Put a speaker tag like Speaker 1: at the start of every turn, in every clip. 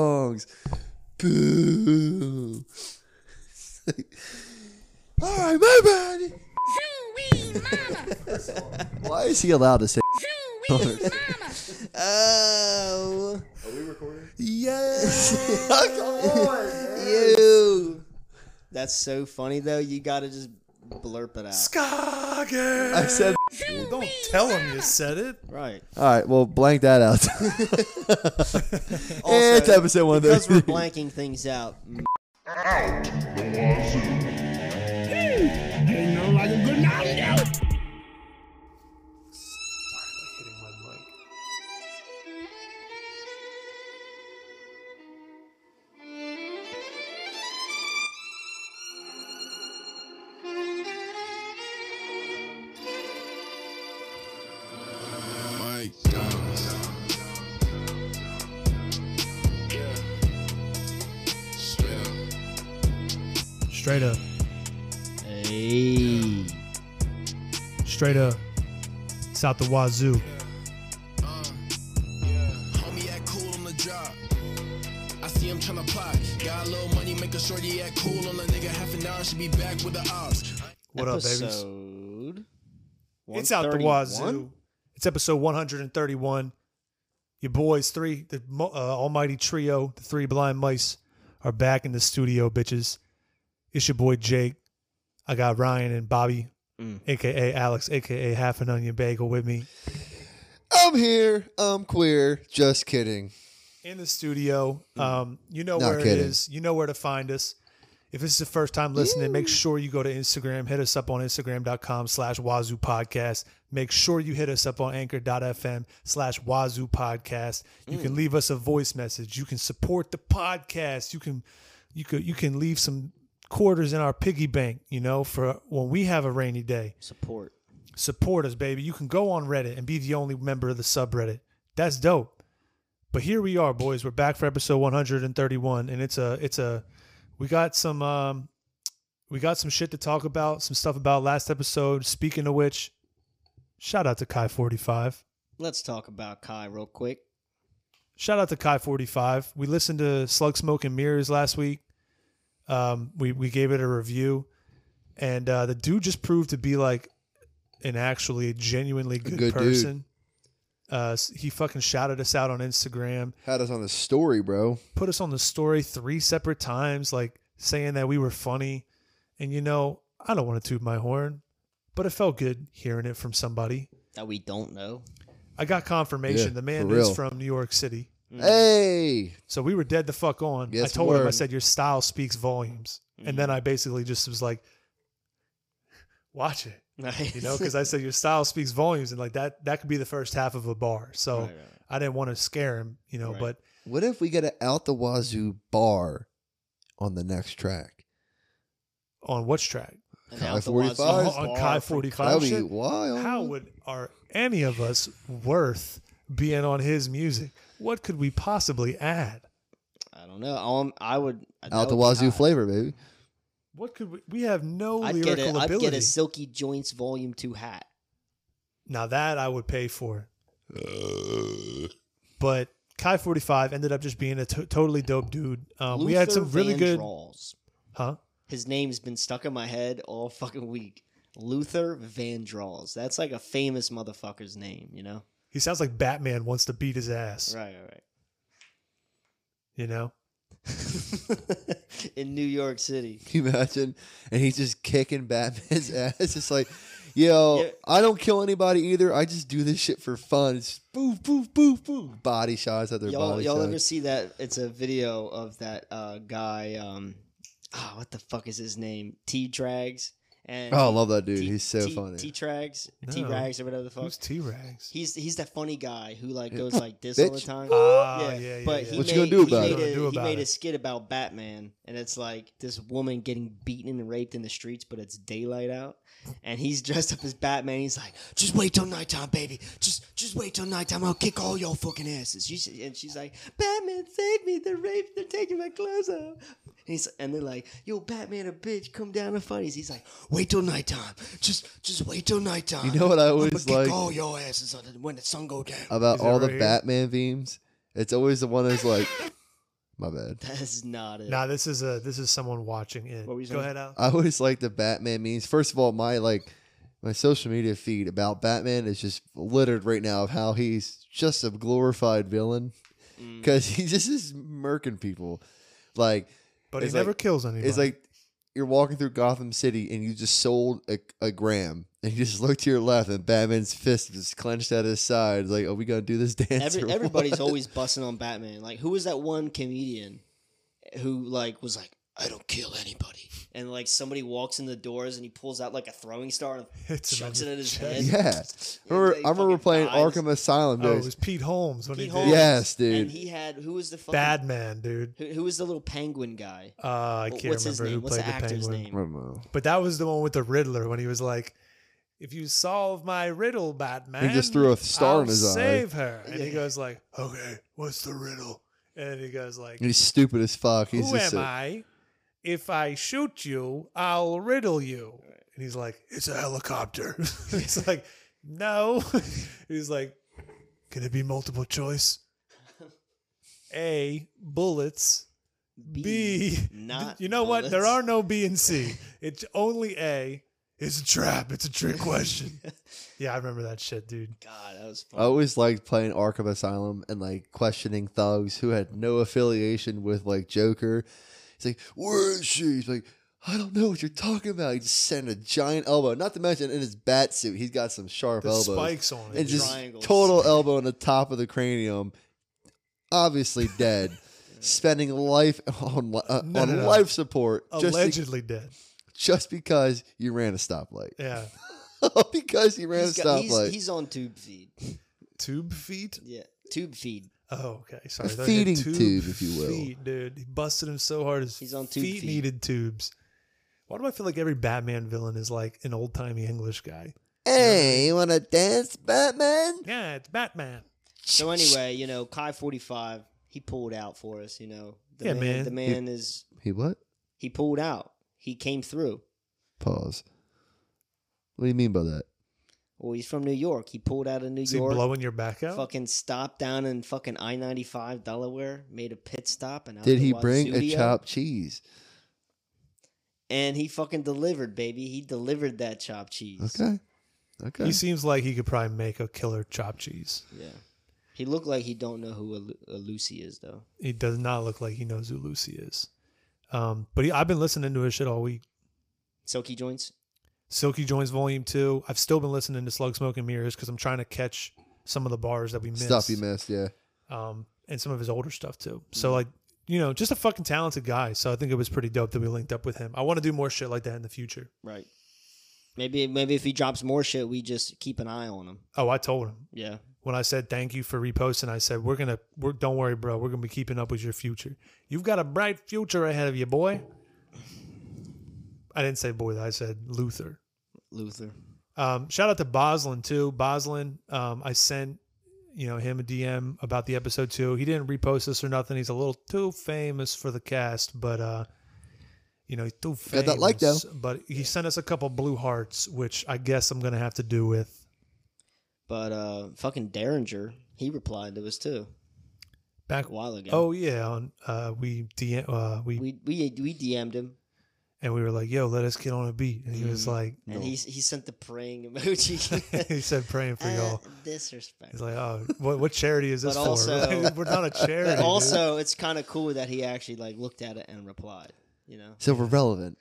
Speaker 1: dogs. Boo. All right, my bad. Why is he allowed to say?
Speaker 2: Oh,
Speaker 3: Are we recording?
Speaker 1: Yes. Oh,
Speaker 2: you. That's so funny though. You gotta just blurp it out.
Speaker 4: Skagen.
Speaker 1: I said.
Speaker 4: Don't tell him you said it.
Speaker 2: Right.
Speaker 1: All right. Well, blank that out. it's episode one.
Speaker 2: Because we're blanking things out.
Speaker 3: Mike.
Speaker 4: Straight up.
Speaker 2: Hey.
Speaker 4: Straight up. It's out the wazoo.
Speaker 5: Homie act cool on the job. I see him tryna plot. Got a little money, make a shorty act cool on the nigga. Half an hour, should be back with the ops.
Speaker 4: What up, babies?
Speaker 2: Episode
Speaker 4: It's out the
Speaker 2: 131?
Speaker 4: wazoo. It's episode 131. Your boys, three, the mo- uh, almighty trio, the three blind mice, are back in the studio, bitches. It's your boy Jake. I got Ryan and Bobby,
Speaker 2: Mm.
Speaker 4: aka Alex, aka Half an Onion Bagel, with me
Speaker 1: I'm here. I'm queer. Just kidding.
Speaker 4: in the studio. Um, you know
Speaker 1: Not
Speaker 4: where it
Speaker 1: kidding.
Speaker 4: is. You know where to find us. If this is the first time listening, make sure you go to Instagram. Hit us up on Instagram.com slash Wazoo Podcast. Make sure you hit us up on Anchor.fm slash Wazoo Podcast. You can leave us a voice message. You can support the podcast. You can you could you can leave some quarters in our piggy bank, you know, for when we have a rainy day
Speaker 2: Support.
Speaker 4: support us, baby. You can go on Reddit and be the only member of the subreddit. That's dope. But here we are, boys. We're back for episode 131, and it's a it's a we got some um we got some shit to talk about, some stuff about last episode. Speaking of which, shout out to Kai 45.
Speaker 2: Let's talk about Kai real quick.
Speaker 4: Shout out to Kai 45. We listened to Slug Smoke and Mirrors last week. Um, we, we gave it a review. And uh, the dude just proved to be like an actually genuinely good,
Speaker 1: good dude.
Speaker 4: person. Uh, s- he fucking shouted us out on Instagram,
Speaker 1: Had us on a story, bro.
Speaker 4: put us on the story three separate times, like saying that we were funny. And you know, I don't want to toot my horn, but it felt good hearing it from somebody.
Speaker 2: That we don't know.
Speaker 4: I got confirmation.
Speaker 1: Yeah,
Speaker 4: the man
Speaker 1: for
Speaker 4: is
Speaker 1: real.
Speaker 4: from New York City.
Speaker 1: Hmm. Hey.
Speaker 4: So we were dead the fuck on.
Speaker 1: Yes,
Speaker 4: I told
Speaker 1: we
Speaker 4: him, I
Speaker 1: were.
Speaker 4: said, your style speaks volumes. And
Speaker 2: Mm.
Speaker 4: then I basically just was like, watch it,
Speaker 2: Right.
Speaker 4: you know, because I said, your style speaks volumes. And like that, that could be the first half of a bar. So
Speaker 2: Right, right, right.
Speaker 4: I didn't want to scare him, you know,
Speaker 2: Right.
Speaker 4: but
Speaker 1: What if we get an out the wazoo bar on the next track?
Speaker 4: on which track?
Speaker 2: And
Speaker 1: Kai
Speaker 2: out the
Speaker 1: 45?
Speaker 2: wazoo
Speaker 4: On
Speaker 2: bar
Speaker 4: Kai
Speaker 2: from
Speaker 4: 45.
Speaker 1: That'd be
Speaker 4: shit.
Speaker 1: wild.
Speaker 4: How would are any of us worth being on his music? What could we possibly add?
Speaker 2: I don't know. Um, I would that
Speaker 1: out the
Speaker 2: would be
Speaker 1: wazoo
Speaker 2: Kai.
Speaker 1: flavor, baby?
Speaker 4: What could we, we have no
Speaker 2: I'd
Speaker 4: lyrical
Speaker 2: get, a, I'd
Speaker 4: ability.
Speaker 2: get a Silky Joints Volume 2 hat.
Speaker 4: Now that I would pay for. But Kai 45 ended up just being a to- totally dope dude. Um, we had
Speaker 2: Luther
Speaker 4: some really good,
Speaker 2: Vandross.
Speaker 4: huh?
Speaker 2: His name's been stuck in my head all fucking week. Luther Vandross. That's like a famous motherfucker's name, you know?
Speaker 4: He sounds like Batman wants to beat his ass.
Speaker 2: Right, right,
Speaker 4: You know,
Speaker 2: right. in New York City.
Speaker 1: Can you imagine? And he's just kicking Batman's ass. It's like, yo,
Speaker 2: Yeah.
Speaker 1: I don't kill anybody either. I just do this shit for fun. It's boof, boof, boof, boof. Body shots at their
Speaker 2: Y'all,
Speaker 1: body
Speaker 2: y'all
Speaker 1: shots.
Speaker 2: ever see that? It's a video of that uh, guy. Um, oh, what the fuck is his name? T Drags. And
Speaker 1: oh, I love that dude.
Speaker 2: T-
Speaker 1: he's so
Speaker 2: T-
Speaker 1: funny.
Speaker 2: T Trags,
Speaker 4: No.
Speaker 2: T Rags, or whatever the fuck.
Speaker 4: who's T Rags?
Speaker 2: He's he's that funny guy who like goes like this all the
Speaker 1: Bitch.
Speaker 2: time.
Speaker 4: Ah, yeah, yeah,
Speaker 2: but
Speaker 4: yeah.
Speaker 2: he
Speaker 1: What
Speaker 2: made,
Speaker 1: you gonna do
Speaker 2: he
Speaker 1: about
Speaker 2: made
Speaker 1: it?
Speaker 2: A,
Speaker 4: What you gonna do
Speaker 2: he
Speaker 4: about
Speaker 2: made a
Speaker 4: it?
Speaker 2: skit about Batman, and it's like this woman getting beaten and raped in the streets, but it's daylight out, and he's dressed up as Batman. He's like, "Just wait till nighttime, baby. Just just wait till nighttime. I'll kick all your fucking asses." She's, and she's like, "Batman, save me! They're raped. They're taking my clothes off." And, he's, and they're like, "Yo, Batman, a bitch, come down and fight us." He's like, "Wait till nighttime. Just just wait till nighttime."
Speaker 1: You know what I
Speaker 2: I'ma
Speaker 1: always
Speaker 2: kick
Speaker 1: like? Uh,
Speaker 2: all your asses on the- when the sun go down.
Speaker 1: About
Speaker 4: Is it
Speaker 1: all the
Speaker 4: right here?
Speaker 1: Batman memes, it's always the one that's like, My bad.
Speaker 2: That is not it.
Speaker 4: Nah, this is a this is someone watching it.
Speaker 2: What were you
Speaker 4: Go
Speaker 2: saying?
Speaker 4: ahead, Al.
Speaker 1: I always like the Batman memes. First of all, my like my social media feed about Batman is just littered right now of how he's just a glorified villain
Speaker 2: Mm.
Speaker 4: Mm-hmm.
Speaker 1: because he just is murking people. Like
Speaker 4: But he
Speaker 1: It's
Speaker 4: never
Speaker 1: like-
Speaker 4: kills anybody.
Speaker 1: it's like you're walking through Gotham City and you just sold a, a gram and you just look to your left and Batman's fist is clenched at his side. It's like, are we gonna do this dance?
Speaker 2: Every,
Speaker 1: or
Speaker 2: everybody's
Speaker 1: what?
Speaker 2: always busting on Batman. Like, who was that one comedian who like was like, "I don't kill anybody," and like somebody walks in the doors and he pulls out like a throwing star and
Speaker 4: Hits him
Speaker 2: chucks
Speaker 4: in
Speaker 2: it
Speaker 4: the
Speaker 2: at his
Speaker 4: chest.
Speaker 2: head.
Speaker 1: Yeah. I
Speaker 2: And
Speaker 1: remember,
Speaker 2: they
Speaker 1: I remember
Speaker 2: fucking
Speaker 1: playing
Speaker 2: dies.
Speaker 1: Arkham Asylum.
Speaker 4: Oh, it
Speaker 1: days.
Speaker 4: was Pete Holmes when
Speaker 2: Pete
Speaker 4: he
Speaker 2: Holmes.
Speaker 4: did
Speaker 1: Yeah. Yes, dude.
Speaker 2: And he had who was the fucking,
Speaker 4: Bad Man, dude.
Speaker 2: Who, who was the little penguin guy?
Speaker 4: Uh, I
Speaker 2: Wh-
Speaker 4: can't
Speaker 2: What's his
Speaker 4: remember who
Speaker 2: name? What's
Speaker 4: played
Speaker 2: the
Speaker 4: the
Speaker 2: actor's
Speaker 4: penguin.
Speaker 1: I
Speaker 2: name?
Speaker 1: don't know.
Speaker 4: But that was the one with the Riddler when he was like, "If you solve my riddle, Batman,
Speaker 1: just threw a star
Speaker 4: I'll
Speaker 1: in his eye.
Speaker 4: save her." And he
Speaker 2: Yeah.
Speaker 4: goes like, "Okay, what's the riddle?" And he goes like,
Speaker 1: And he's stupid as fuck. He's
Speaker 4: "Who
Speaker 1: just
Speaker 4: am
Speaker 1: a-
Speaker 4: I? If I shoot you, I'll riddle you." And he's like, "It's a helicopter." he's like, "No." he's like, "Can it be multiple choice?" A bullets. B.
Speaker 2: Not.
Speaker 4: you know what? There
Speaker 2: bullets.
Speaker 4: are no B and C. It's only A. It's a trap. It's a trick question. yeah, I remember that shit, dude.
Speaker 2: God, that was fun.
Speaker 1: I always liked playing Arkham Asylum and like questioning thugs who had no affiliation with like Joker. He's like, "Where is she?" He's like, "I don't know what you're talking about." He just sent a giant elbow. Not to mention in his bat suit, he's got some sharp
Speaker 4: The
Speaker 1: elbows
Speaker 4: spikes on it.
Speaker 1: and just
Speaker 2: Triangles.
Speaker 1: total elbow on the top of the cranium. Obviously dead, spending life on li- uh,
Speaker 4: No,
Speaker 1: on
Speaker 4: no, no.
Speaker 1: life support just be-
Speaker 4: allegedly dead.
Speaker 1: just because you ran a stoplight.
Speaker 4: Yeah.
Speaker 1: because you ran
Speaker 2: He's
Speaker 1: a
Speaker 2: got- he's-
Speaker 1: stoplight.
Speaker 2: he's on tube feed.
Speaker 4: Tube feet?
Speaker 2: Yeah, tube feed.
Speaker 4: Oh, okay. Sorry. I thought he had
Speaker 1: feeding tube, if you will.
Speaker 4: Feet, dude. He busted him so hard his
Speaker 2: He's on tube
Speaker 4: feet
Speaker 2: feet.
Speaker 4: needed tubes. Why do I feel like every Batman villain is like an old timey English guy?
Speaker 1: Hey, you want to dance, Batman?
Speaker 4: Yeah, it's Batman.
Speaker 2: So anyway, you know, Kai forty five, he pulled out for us. You know, the
Speaker 4: Yeah,
Speaker 2: man,
Speaker 4: man.
Speaker 2: The man is
Speaker 1: He what?
Speaker 2: he pulled out. He came through.
Speaker 1: Pause. What do you mean by that?
Speaker 2: Well, he's from New York. He pulled out of New
Speaker 4: Is he
Speaker 2: York.
Speaker 4: blowing your back out?
Speaker 2: Fucking stopped down in fucking I ninety five Delaware. Made a pit stop and out
Speaker 1: Did
Speaker 2: to
Speaker 1: he bring a
Speaker 2: Wazubio,
Speaker 1: chopped cheese?
Speaker 2: And he fucking delivered, baby. He delivered that chopped cheese.
Speaker 1: Okay. Okay.
Speaker 4: He seems like he could probably make a killer chopped cheese.
Speaker 2: Yeah. He looked like he don't know who a, Lu- a Lucy is though.
Speaker 4: he does not look like he knows who Lucy is. Um, but he, I've been listening to his shit all week.
Speaker 2: Silky joints.
Speaker 4: Silky Joints Volume Two. I've still been listening to Slug Smoke and Mirrors because I'm trying to catch some of the bars that we missed,
Speaker 1: Stuff you missed, yeah.
Speaker 4: um, and some of his older stuff too. So like, you know, just a fucking talented guy. So I think it was pretty dope that we linked up with him. I want to do more shit like that in the future.
Speaker 2: Right. Maybe maybe if he drops more shit, we just keep an eye on him.
Speaker 4: Oh, I told him
Speaker 2: Yeah.
Speaker 4: when I said thank you for reposting. I said we're gonna, we're, don't worry, bro. We're gonna be keeping up with your future. You've got a bright future ahead of you, boy. I didn't say boy. I said Luther.
Speaker 2: Luther.
Speaker 4: Um, shout out to Boslin too. Boslin, um, I sent you know him a DM about the episode two. He didn't repost this or nothing. He's a little too famous for the cast, but uh, you know he's too famous.
Speaker 1: Got that like, though.
Speaker 4: But he sent us a couple blue hearts, which I guess I'm gonna have to do with
Speaker 2: But uh fucking Derringer, he replied to us too
Speaker 4: back.
Speaker 2: a while ago.
Speaker 4: Oh yeah, on uh, we DM uh, we,
Speaker 2: we we we DM'd him
Speaker 4: and we were like, yo, let us get on a beat, and he was like,
Speaker 2: Mm-hmm. and he he sent the praying emoji.
Speaker 4: he said praying for y'all.
Speaker 2: Uh, disrespect.
Speaker 4: He's like, oh, what, what charity is this
Speaker 2: But
Speaker 4: for?
Speaker 2: also-
Speaker 4: Like, we're not a charity.
Speaker 2: but
Speaker 4: dude.
Speaker 2: also, it's kind of cool that he actually like looked at it and replied. You know,
Speaker 1: So we're relevant.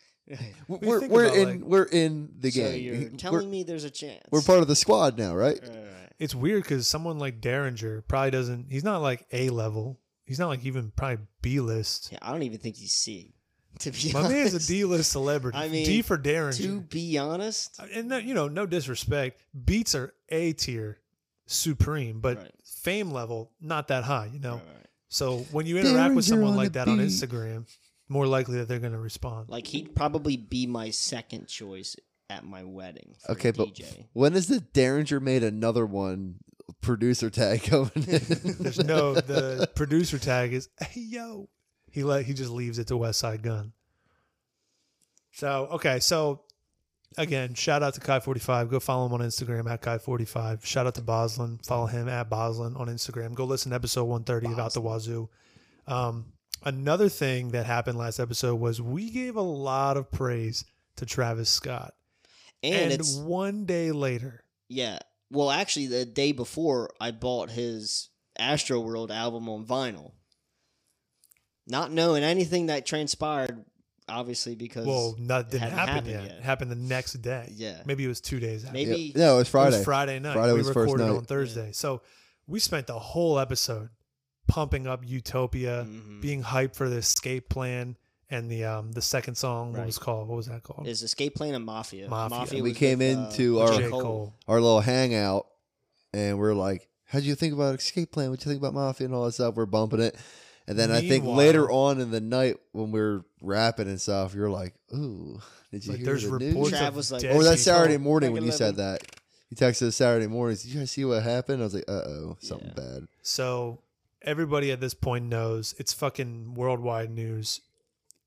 Speaker 4: What do you
Speaker 1: We're,
Speaker 4: think
Speaker 1: we're
Speaker 4: about,
Speaker 1: in
Speaker 4: like-
Speaker 1: we're in the
Speaker 2: so
Speaker 1: game.
Speaker 2: you're
Speaker 1: we're,
Speaker 2: telling me there's a chance.
Speaker 1: we're part of the squad now, right?
Speaker 2: All right.
Speaker 4: it's weird because someone like Derringer probably doesn't. He's not like A level. He's not like even probably B list.
Speaker 2: Yeah, I don't even think he's C. To be
Speaker 4: My
Speaker 2: honest,
Speaker 4: man's a D list celebrity.
Speaker 2: I mean,
Speaker 4: D for Derringer.
Speaker 2: To be honest,
Speaker 4: And no, you know, no disrespect. Beats are A tier, supreme, but
Speaker 2: Right.
Speaker 4: fame level not that high. You know.
Speaker 2: All right.
Speaker 4: So when you interact with
Speaker 1: Derringer
Speaker 4: someone
Speaker 1: on
Speaker 4: like
Speaker 1: the
Speaker 4: that on
Speaker 1: beat.
Speaker 4: Instagram, more likely that they're going to respond.
Speaker 2: like he'd probably be my second choice at my wedding. for
Speaker 1: Okay, but
Speaker 2: DJ.
Speaker 1: when is the Derringer made another one producer tag coming in?
Speaker 4: There's no the producer tag is hey yo. He let he just leaves it to West Side Gun. So okay, so again, shout out to Kai forty five. Go follow him on Instagram at Kai forty five. Shout out to Boslin. Follow him at Boslin on Instagram. Go listen to episode one thirty about the Wazoo. Um, another thing that happened last episode was we gave a lot of praise to Travis Scott.
Speaker 2: And,
Speaker 4: And,
Speaker 2: it's
Speaker 4: one day later,
Speaker 2: yeah. Well, actually, the day before I bought his Astro World album on vinyl, not knowing anything that transpired, obviously because
Speaker 4: well, not didn't
Speaker 2: hadn't
Speaker 4: happen
Speaker 2: happened
Speaker 4: yet.
Speaker 2: yet.
Speaker 4: It happened the next day.
Speaker 2: Yeah.
Speaker 4: Maybe it was two days after.
Speaker 2: Maybe-
Speaker 1: Yeah. No, it was Friday.
Speaker 4: It was Friday night.
Speaker 1: Friday
Speaker 4: we
Speaker 1: was first
Speaker 4: recorded
Speaker 1: night.
Speaker 4: on Thursday. So we spent the whole episode pumping up Utopia,
Speaker 2: Mhm.
Speaker 4: being hyped for the escape plan and the um the second song. What
Speaker 2: Right.
Speaker 4: was it called? What was that called?
Speaker 2: is Escape Plan and Mafia.
Speaker 4: Mafia.
Speaker 1: We
Speaker 2: was
Speaker 1: came
Speaker 2: with, uh,
Speaker 1: into
Speaker 2: with
Speaker 1: our-
Speaker 4: J.
Speaker 2: Cole.
Speaker 4: Cole.
Speaker 1: Our little hangout, and we're like, "How'd you think about Escape Plan? What'd you think about Mafia and all that stuff?" We're bumping it, and then I think
Speaker 4: Meanwhile-
Speaker 1: later on in the night when we are rapping and stuff, you're like, "Ooh, did you
Speaker 4: Like,
Speaker 1: hear
Speaker 4: there's
Speaker 1: the
Speaker 4: reports
Speaker 1: news?"
Speaker 2: Trav
Speaker 4: of
Speaker 2: was like-
Speaker 4: dead
Speaker 1: Or was that
Speaker 4: people.
Speaker 1: Saturday morning
Speaker 2: Like
Speaker 1: when you said that? You texted us Saturday mornings. Did you guys see what happened? I was like, "Uh oh, something
Speaker 2: Yeah.
Speaker 1: bad."
Speaker 4: So everybody at this point knows it's fucking worldwide news.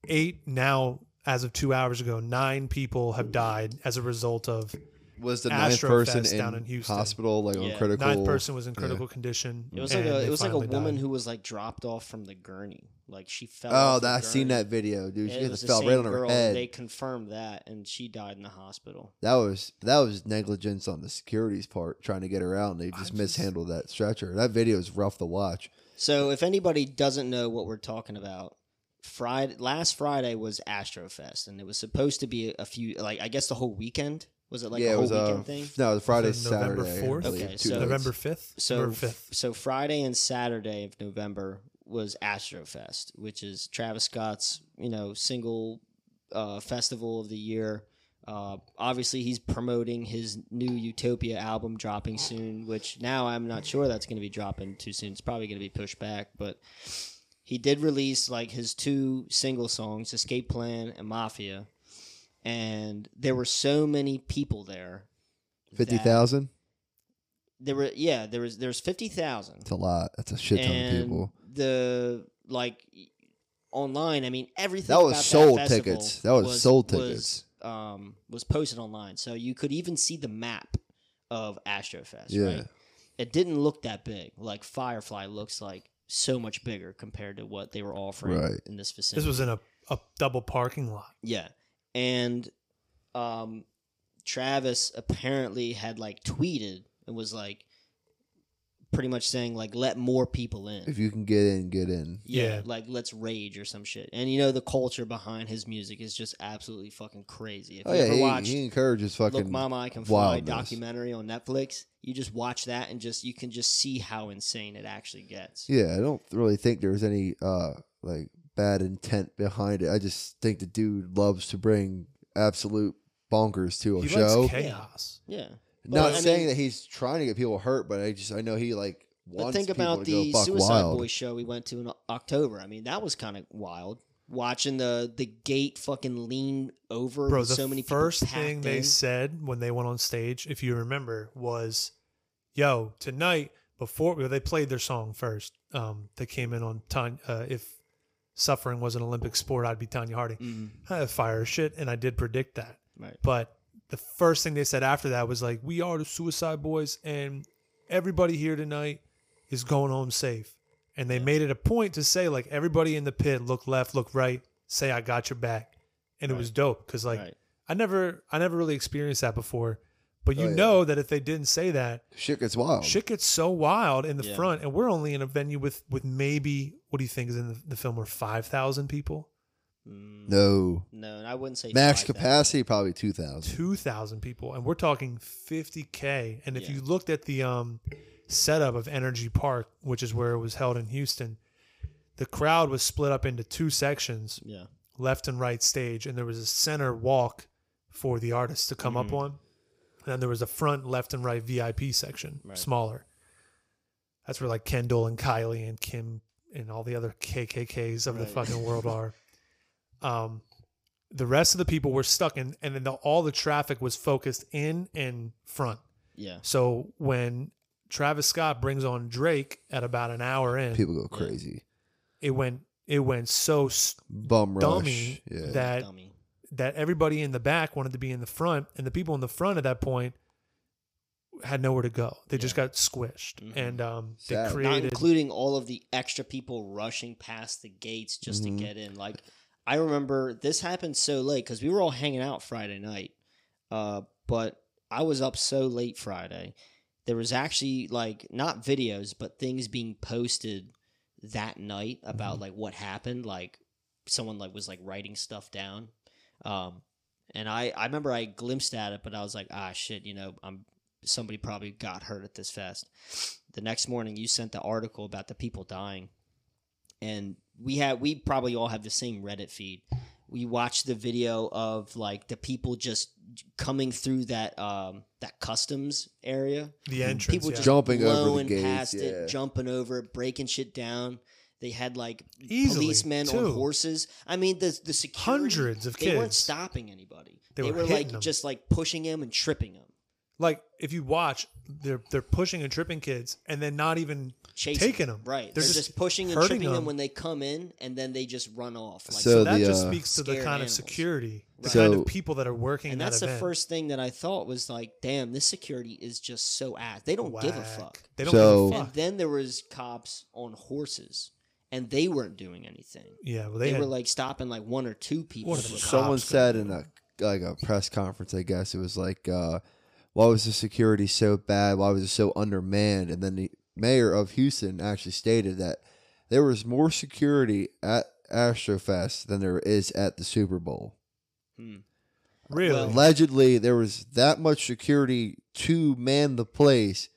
Speaker 4: Eight now, as of two hours ago, nine people have died as a result of
Speaker 1: Was the ninth
Speaker 4: Astro
Speaker 1: person
Speaker 4: Fest
Speaker 1: in,
Speaker 4: down in Houston.
Speaker 1: hospital like
Speaker 2: Yeah.
Speaker 1: on critical?
Speaker 4: ninth person was in critical condition.
Speaker 2: It was like
Speaker 4: and
Speaker 2: a
Speaker 4: they
Speaker 2: it was like a
Speaker 4: finally
Speaker 2: woman
Speaker 4: died.
Speaker 2: who was like dropped off from the gurney. Like she fell.
Speaker 1: Oh,
Speaker 2: off the
Speaker 1: that, I seen
Speaker 2: gurney.
Speaker 1: that video, dude. She
Speaker 2: it
Speaker 1: got the
Speaker 2: was the
Speaker 1: felt
Speaker 2: same
Speaker 1: right on her
Speaker 2: girl.
Speaker 1: head.
Speaker 2: They confirmed that, and she died in the hospital.
Speaker 1: That was that was negligence on the security's part trying to get her out, and they
Speaker 4: I
Speaker 1: just
Speaker 4: just-
Speaker 1: mishandled that stretcher. That video is rough to watch.
Speaker 2: So, if anybody doesn't know what we're talking about, Friday last Friday was Astrofest, and it was supposed to be a few like I guess the whole weekend was it like
Speaker 1: yeah,
Speaker 2: a
Speaker 1: it
Speaker 2: whole
Speaker 1: was
Speaker 2: weekend
Speaker 1: uh,
Speaker 2: thing?
Speaker 1: No, it was Friday,
Speaker 4: Was it November
Speaker 1: Saturday. I
Speaker 4: 4th?
Speaker 1: believe,
Speaker 2: Okay,
Speaker 1: two
Speaker 2: so-
Speaker 1: nights.
Speaker 4: November fifth.
Speaker 2: So,
Speaker 4: November fifth.
Speaker 2: so Friday and Saturday of November was Astrofest, which is Travis Scott's you know single uh, festival of the year. Uh, obviously, he's promoting his new Utopia album dropping soon, which now I'm not sure that's going to be dropping too soon. It's probably going to be pushed back, but he did release like his two single songs, Escape Plan and Mafia. And there were so many people there.
Speaker 1: fifty
Speaker 2: that-
Speaker 1: thousand.
Speaker 2: There were yeah, there was there's fifty thousand.
Speaker 1: It's a lot. That's a shit ton of people.
Speaker 2: The like online, I mean everything.
Speaker 1: That was
Speaker 2: about
Speaker 1: sold
Speaker 2: festival
Speaker 1: tickets. That was sold tickets.
Speaker 2: Was, um, was posted online, so you could even see the map of Astrofest.
Speaker 1: Yeah.
Speaker 2: Right? It didn't look that big. Like Firefly looks like so much bigger compared to what they were offering
Speaker 1: Right.
Speaker 2: in this vicinity.
Speaker 4: This was in a, a double parking lot.
Speaker 2: Yeah. And um Travis apparently had like tweeted and was like pretty much saying like let more people in.
Speaker 1: If you can get in, get in.
Speaker 2: yeah,
Speaker 4: Yeah.
Speaker 2: like let's rage or some shit. And you know the culture behind his music is just absolutely fucking crazy. If
Speaker 1: Oh
Speaker 2: you
Speaker 1: yeah,
Speaker 2: ever
Speaker 1: he,
Speaker 2: watched
Speaker 1: he encourages fucking.
Speaker 2: Look Mama I Can Fly
Speaker 1: wildness.
Speaker 2: documentary on Netflix, you just watch that and just you can just see how insane it actually gets.
Speaker 1: Yeah, I don't really think there's any uh like bad intent behind it. I just think the dude loves to bring absolute bonkers to a
Speaker 4: He
Speaker 1: show.
Speaker 4: likes chaos.
Speaker 2: Yeah.
Speaker 1: Not
Speaker 2: But, I
Speaker 1: saying
Speaker 2: mean-
Speaker 1: that he's trying to get people hurt, but I just I know he like
Speaker 2: But
Speaker 1: wants
Speaker 2: think
Speaker 1: people
Speaker 2: about
Speaker 1: to go
Speaker 2: the
Speaker 1: fuck
Speaker 2: Suicide
Speaker 1: wild.
Speaker 2: Boy show we went to in O- October. I mean, that was kind of wild. Watching the the gate fucking lean over
Speaker 4: Bro,
Speaker 2: with
Speaker 4: the
Speaker 2: so many
Speaker 4: first
Speaker 2: people packed
Speaker 4: thing they
Speaker 2: in.
Speaker 4: said when they went on stage, if you remember, was, "Yo, tonight before well, they played their song first, um, they came in on Tanya. Uh, if suffering was an Olympic sport, I'd be Tanya Harding.
Speaker 2: Mhm.
Speaker 4: I have fire shit, and I did predict that.
Speaker 2: Right.
Speaker 4: But the first thing they said after that was like, "We are the Suicide Boys, and everybody here tonight is going home safe." And they made it a point to say like, "Everybody in the pit, look left, look right, say I got your back," and it was dope because like
Speaker 2: Right.
Speaker 4: I never, I never really experienced that before. But you
Speaker 1: Oh, yeah.
Speaker 4: know that if they didn't say that,
Speaker 1: Shit gets wild.
Speaker 4: shit gets so wild in the
Speaker 2: Oh. Yeah.
Speaker 4: front, and we're only in a venue with with maybe what do you think is in the, the film? Were five thousand people,
Speaker 2: Mm,
Speaker 1: No.
Speaker 2: no, and I wouldn't say
Speaker 1: Max
Speaker 2: 5,000.
Speaker 1: capacity probably two thousand.
Speaker 4: two thousand people, and we're talking fifty k. And if
Speaker 2: Yeah.
Speaker 4: you looked at the um setup of Energy Park, which is where it was held in Houston, the crowd was split up into two sections,
Speaker 2: Yeah,
Speaker 4: left and right stage, and there was a center walk for the artists to come up
Speaker 2: Mhm.
Speaker 4: on. And then there was a front, left, and right VIP section,
Speaker 2: Right.
Speaker 4: smaller. That's where like Kendall and Kylie and Kim and all the other KKKs of the
Speaker 2: Right.
Speaker 4: fucking world are. Um, the rest of the people were stuck in, and then the, all the traffic was focused in and front.
Speaker 2: yeah,
Speaker 4: So when Travis Scott brings on Drake at about an hour in,
Speaker 1: People go
Speaker 2: Yeah.
Speaker 1: crazy.
Speaker 4: it went it went so s-
Speaker 1: Bum rush.
Speaker 4: dummy
Speaker 1: yeah.
Speaker 4: that
Speaker 2: dummy.
Speaker 4: that everybody in the back wanted to be in the front, and the people in the front at that point had nowhere to go. They just got squished,
Speaker 2: Mhm.
Speaker 4: and um, they
Speaker 1: Sad. Not
Speaker 2: not
Speaker 4: created.
Speaker 2: including all of the extra people rushing past the gates just
Speaker 1: Mhm.
Speaker 2: to get in. Like I remember this happened so late because we were all hanging out Friday night, uh, but I was up so late Friday. There was actually like not videos, but things being posted that night about like what happened. Like someone like was like writing stuff down, um, and I I remember I glimpsed at it, but I was like, ah shit, you know, I'm somebody probably got hurt at this fest. The next morning, you sent the article about the people dying, and we had we probably all have the same Reddit feed. We watched the video of like the people just coming through that um that customs area.
Speaker 4: the entrance.
Speaker 2: people
Speaker 4: yeah.
Speaker 2: just
Speaker 1: Jumping over the
Speaker 2: blowing
Speaker 1: gates,
Speaker 2: past
Speaker 1: yeah.
Speaker 2: it, jumping over it, breaking shit down. They had like
Speaker 4: Easily,
Speaker 2: policemen
Speaker 4: too.
Speaker 2: on horses. I mean, the the security
Speaker 4: hundreds of
Speaker 2: they
Speaker 4: kids.
Speaker 2: weren't stopping anybody.
Speaker 4: They
Speaker 2: They,
Speaker 4: were
Speaker 2: were,
Speaker 4: hitting
Speaker 2: like
Speaker 4: them.
Speaker 2: just like pushing him and tripping him,
Speaker 4: like if you watch, they're they're pushing and tripping kids, and then not even
Speaker 2: chasing
Speaker 4: taking them.
Speaker 2: Right, they're, just, pushing and
Speaker 4: hurting
Speaker 2: tripping them.
Speaker 4: them.
Speaker 2: when they come in, and then they just run off. Like,
Speaker 1: So
Speaker 4: So
Speaker 1: the,
Speaker 4: that just
Speaker 1: uh,
Speaker 4: speaks to the
Speaker 2: scared
Speaker 4: kind of
Speaker 2: animals.
Speaker 4: security, the
Speaker 1: Right.
Speaker 4: kind
Speaker 1: So-
Speaker 4: of people that are working.
Speaker 2: and
Speaker 4: that
Speaker 2: that's the
Speaker 4: event.
Speaker 2: first thing that I thought was like, damn, this security is just so ass. They don't give a
Speaker 4: Whack.
Speaker 2: fuck.
Speaker 4: They don't
Speaker 1: So-
Speaker 4: give a
Speaker 2: And
Speaker 4: fuck.
Speaker 2: then there was cops on horses, and they weren't doing anything.
Speaker 4: yeah, well,
Speaker 2: They,
Speaker 4: they, had,
Speaker 2: were like stopping like one or two people.
Speaker 4: One of them was
Speaker 1: someone
Speaker 4: cops
Speaker 1: said in a like a press conference, I guess it was like, uh, "Why was the security so bad? Why was it so undermanned?" And then the mayor of Houston actually stated that there was more security at Astrofest than there is at the Super Bowl.
Speaker 2: Hmm.
Speaker 4: really.
Speaker 2: well,
Speaker 1: Allegedly, there was that much security to man the place,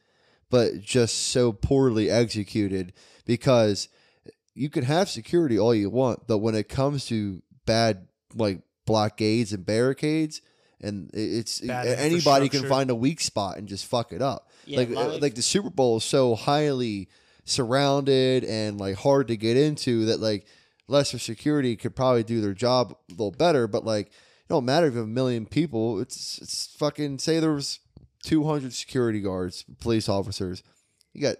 Speaker 1: but just so poorly executed because you can have security all you want, but when it comes to bad like blockades and barricades, and it- it's
Speaker 4: Bad
Speaker 1: anybody can
Speaker 4: infrastructure.
Speaker 1: find a weak spot and just fuck it up.
Speaker 2: Yeah,
Speaker 1: like
Speaker 2: Molly-
Speaker 1: like the Super Bowl is so highly surrounded and like hard to get into that like lesser security could probably do their job a little better, but like it don't matter if you have a million people. It's it's fucking say there was two hundred security guards, police officers. You got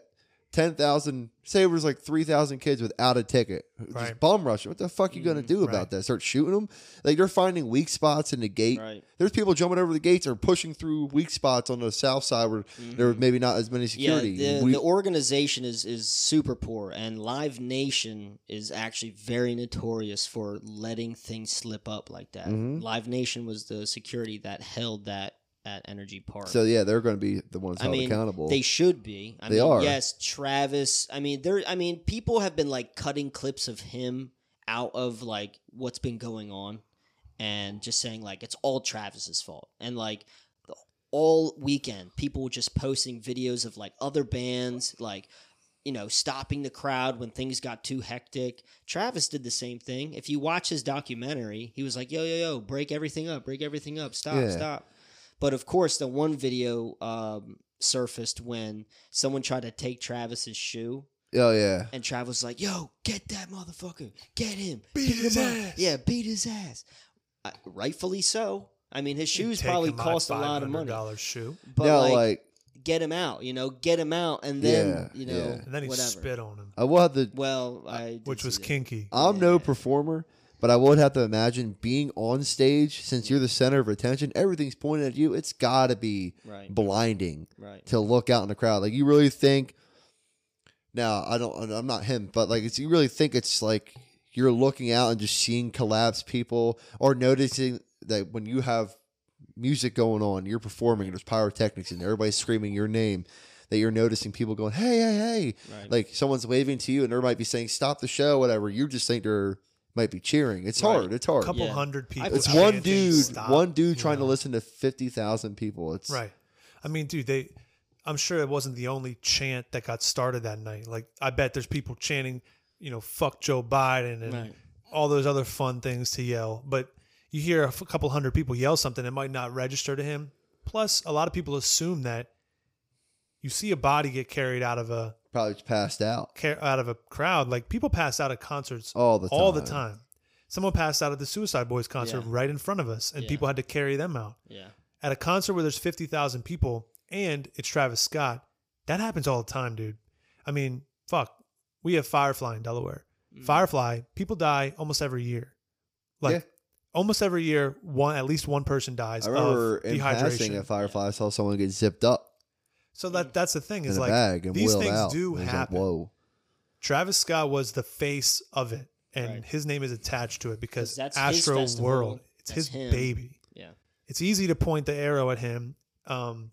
Speaker 1: ten thousand. Say there was like three thousand kids without a ticket,
Speaker 4: Right. Mm,
Speaker 1: just bum rushing. What the fuck you gonna do about
Speaker 4: right.
Speaker 1: that? Start shooting them? Like they're finding weak spots in the gate.
Speaker 2: right.
Speaker 1: There's people jumping over the gates or pushing through weak spots on the south side where there
Speaker 2: Mm-hmm.
Speaker 1: were maybe not as many security.
Speaker 2: Yeah, the,
Speaker 1: We-
Speaker 2: the organization is is super poor, and Live Nation is actually very notorious for letting things slip up like that.
Speaker 1: Mhm.
Speaker 2: Live Nation was the security that held that at Energy Park.
Speaker 1: so yeah, they're going to be the ones
Speaker 2: I
Speaker 1: held
Speaker 2: mean,
Speaker 1: accountable.
Speaker 2: They should be. I
Speaker 1: They
Speaker 2: mean,
Speaker 1: are.
Speaker 2: Yes, Travis. I mean, there. I mean, people have been like cutting clips of him out of like what's been going on, and just saying like it's all Travis's fault, and like all weekend people were just posting videos of like other bands like you know stopping the crowd when things got too hectic travis did the same thing if you watch his documentary he was like yo yo yo break everything up break everything up stop
Speaker 1: Yeah.
Speaker 2: stop but of course the one video um, surfaced when someone tried to take travis's shoe
Speaker 1: oh yeah,
Speaker 2: and travis was like yo get that motherfucker get him
Speaker 4: Beat
Speaker 2: Pick him
Speaker 4: his
Speaker 2: up."
Speaker 4: ass.
Speaker 2: yeah beat his ass I, rightfully so i mean his shoes
Speaker 4: Take
Speaker 2: probably
Speaker 4: him out
Speaker 2: cost a lot of
Speaker 4: $500
Speaker 2: money
Speaker 4: shoe,
Speaker 2: but
Speaker 1: now
Speaker 2: like,
Speaker 1: like,
Speaker 2: get him out, you know, get him out, and then
Speaker 1: Yeah,
Speaker 2: you know,
Speaker 1: yeah.
Speaker 4: and then he
Speaker 2: whatever.
Speaker 4: spit on him, uh,
Speaker 1: I will have to.
Speaker 2: Well, I did
Speaker 4: which
Speaker 2: see
Speaker 4: was
Speaker 2: that.
Speaker 4: kinky.
Speaker 1: I'm no
Speaker 2: Yeah.
Speaker 1: performer, but I would have to imagine being on stage since you're the center of attention. Everything's pointed at you. It's got to be
Speaker 2: Right,
Speaker 1: blinding
Speaker 2: right.
Speaker 1: to look out in the crowd. Like you really think. Now I don't. I'm not him, but like it's, you really think it's like you're looking out and just seeing collapsed people or noticing that when you have music going on, you're performing, and there's pyrotechnics and everybody's screaming your name, that you're noticing people going, hey, hey, hey,
Speaker 2: Right.
Speaker 1: like someone's waving to you and they might be saying stop the show, whatever. You just think they're might be cheering. It's
Speaker 2: Right.
Speaker 1: hard. It's hard.
Speaker 4: A couple
Speaker 2: Yeah.
Speaker 4: hundred people.
Speaker 1: it's
Speaker 2: I
Speaker 1: one
Speaker 4: chanting,
Speaker 1: dude,
Speaker 4: "Stop,"
Speaker 1: one
Speaker 4: you
Speaker 1: dude trying to
Speaker 4: know?
Speaker 1: listen to fifty thousand people. It's
Speaker 4: Right. I mean, dude, they. I'm sure it wasn't the only chant that got started that night. Like, I bet there's people chanting, you know, "fuck Joe Biden" and
Speaker 2: Right.
Speaker 4: all those other fun things to yell. But you hear a f- couple hundred people yell something, it might not register to him. Plus, a lot of people assume that you see a body get carried out of a
Speaker 1: probably passed out
Speaker 4: ca- out of a crowd. Like people pass out at concerts
Speaker 1: all the time.
Speaker 4: all the time. Someone passed out at the Suicide Boys concert
Speaker 2: Yeah.
Speaker 4: right in front of us, and
Speaker 2: Yeah.
Speaker 4: people had to carry them out
Speaker 2: Yeah,
Speaker 4: at a concert where there's 50,000 people and it's Travis Scott, that happens all the time, dude. I mean, fuck. We have Firefly in Delaware.
Speaker 2: Mm.
Speaker 4: Firefly, people die almost every year. Like
Speaker 1: Yeah.
Speaker 4: almost every year, one at least one person dies
Speaker 1: I remember
Speaker 4: of
Speaker 1: in passing
Speaker 4: dehydration.
Speaker 1: at Firefly, I saw someone get zipped up.
Speaker 4: So that that's the thing
Speaker 1: in
Speaker 4: is
Speaker 1: a
Speaker 4: like
Speaker 1: bag and
Speaker 4: these
Speaker 1: wheeled
Speaker 4: things
Speaker 1: out.
Speaker 4: do
Speaker 1: And it's
Speaker 4: happen.
Speaker 1: Like, Whoa,
Speaker 4: Travis Scott was the face of it, and
Speaker 2: Right.
Speaker 4: his name is attached to it because
Speaker 2: 'Cause that's his
Speaker 4: Astro
Speaker 2: festival.
Speaker 4: World,
Speaker 2: That's
Speaker 4: it's his
Speaker 2: him.
Speaker 4: baby.
Speaker 2: Yeah.
Speaker 4: It's easy to point the arrow at him, um,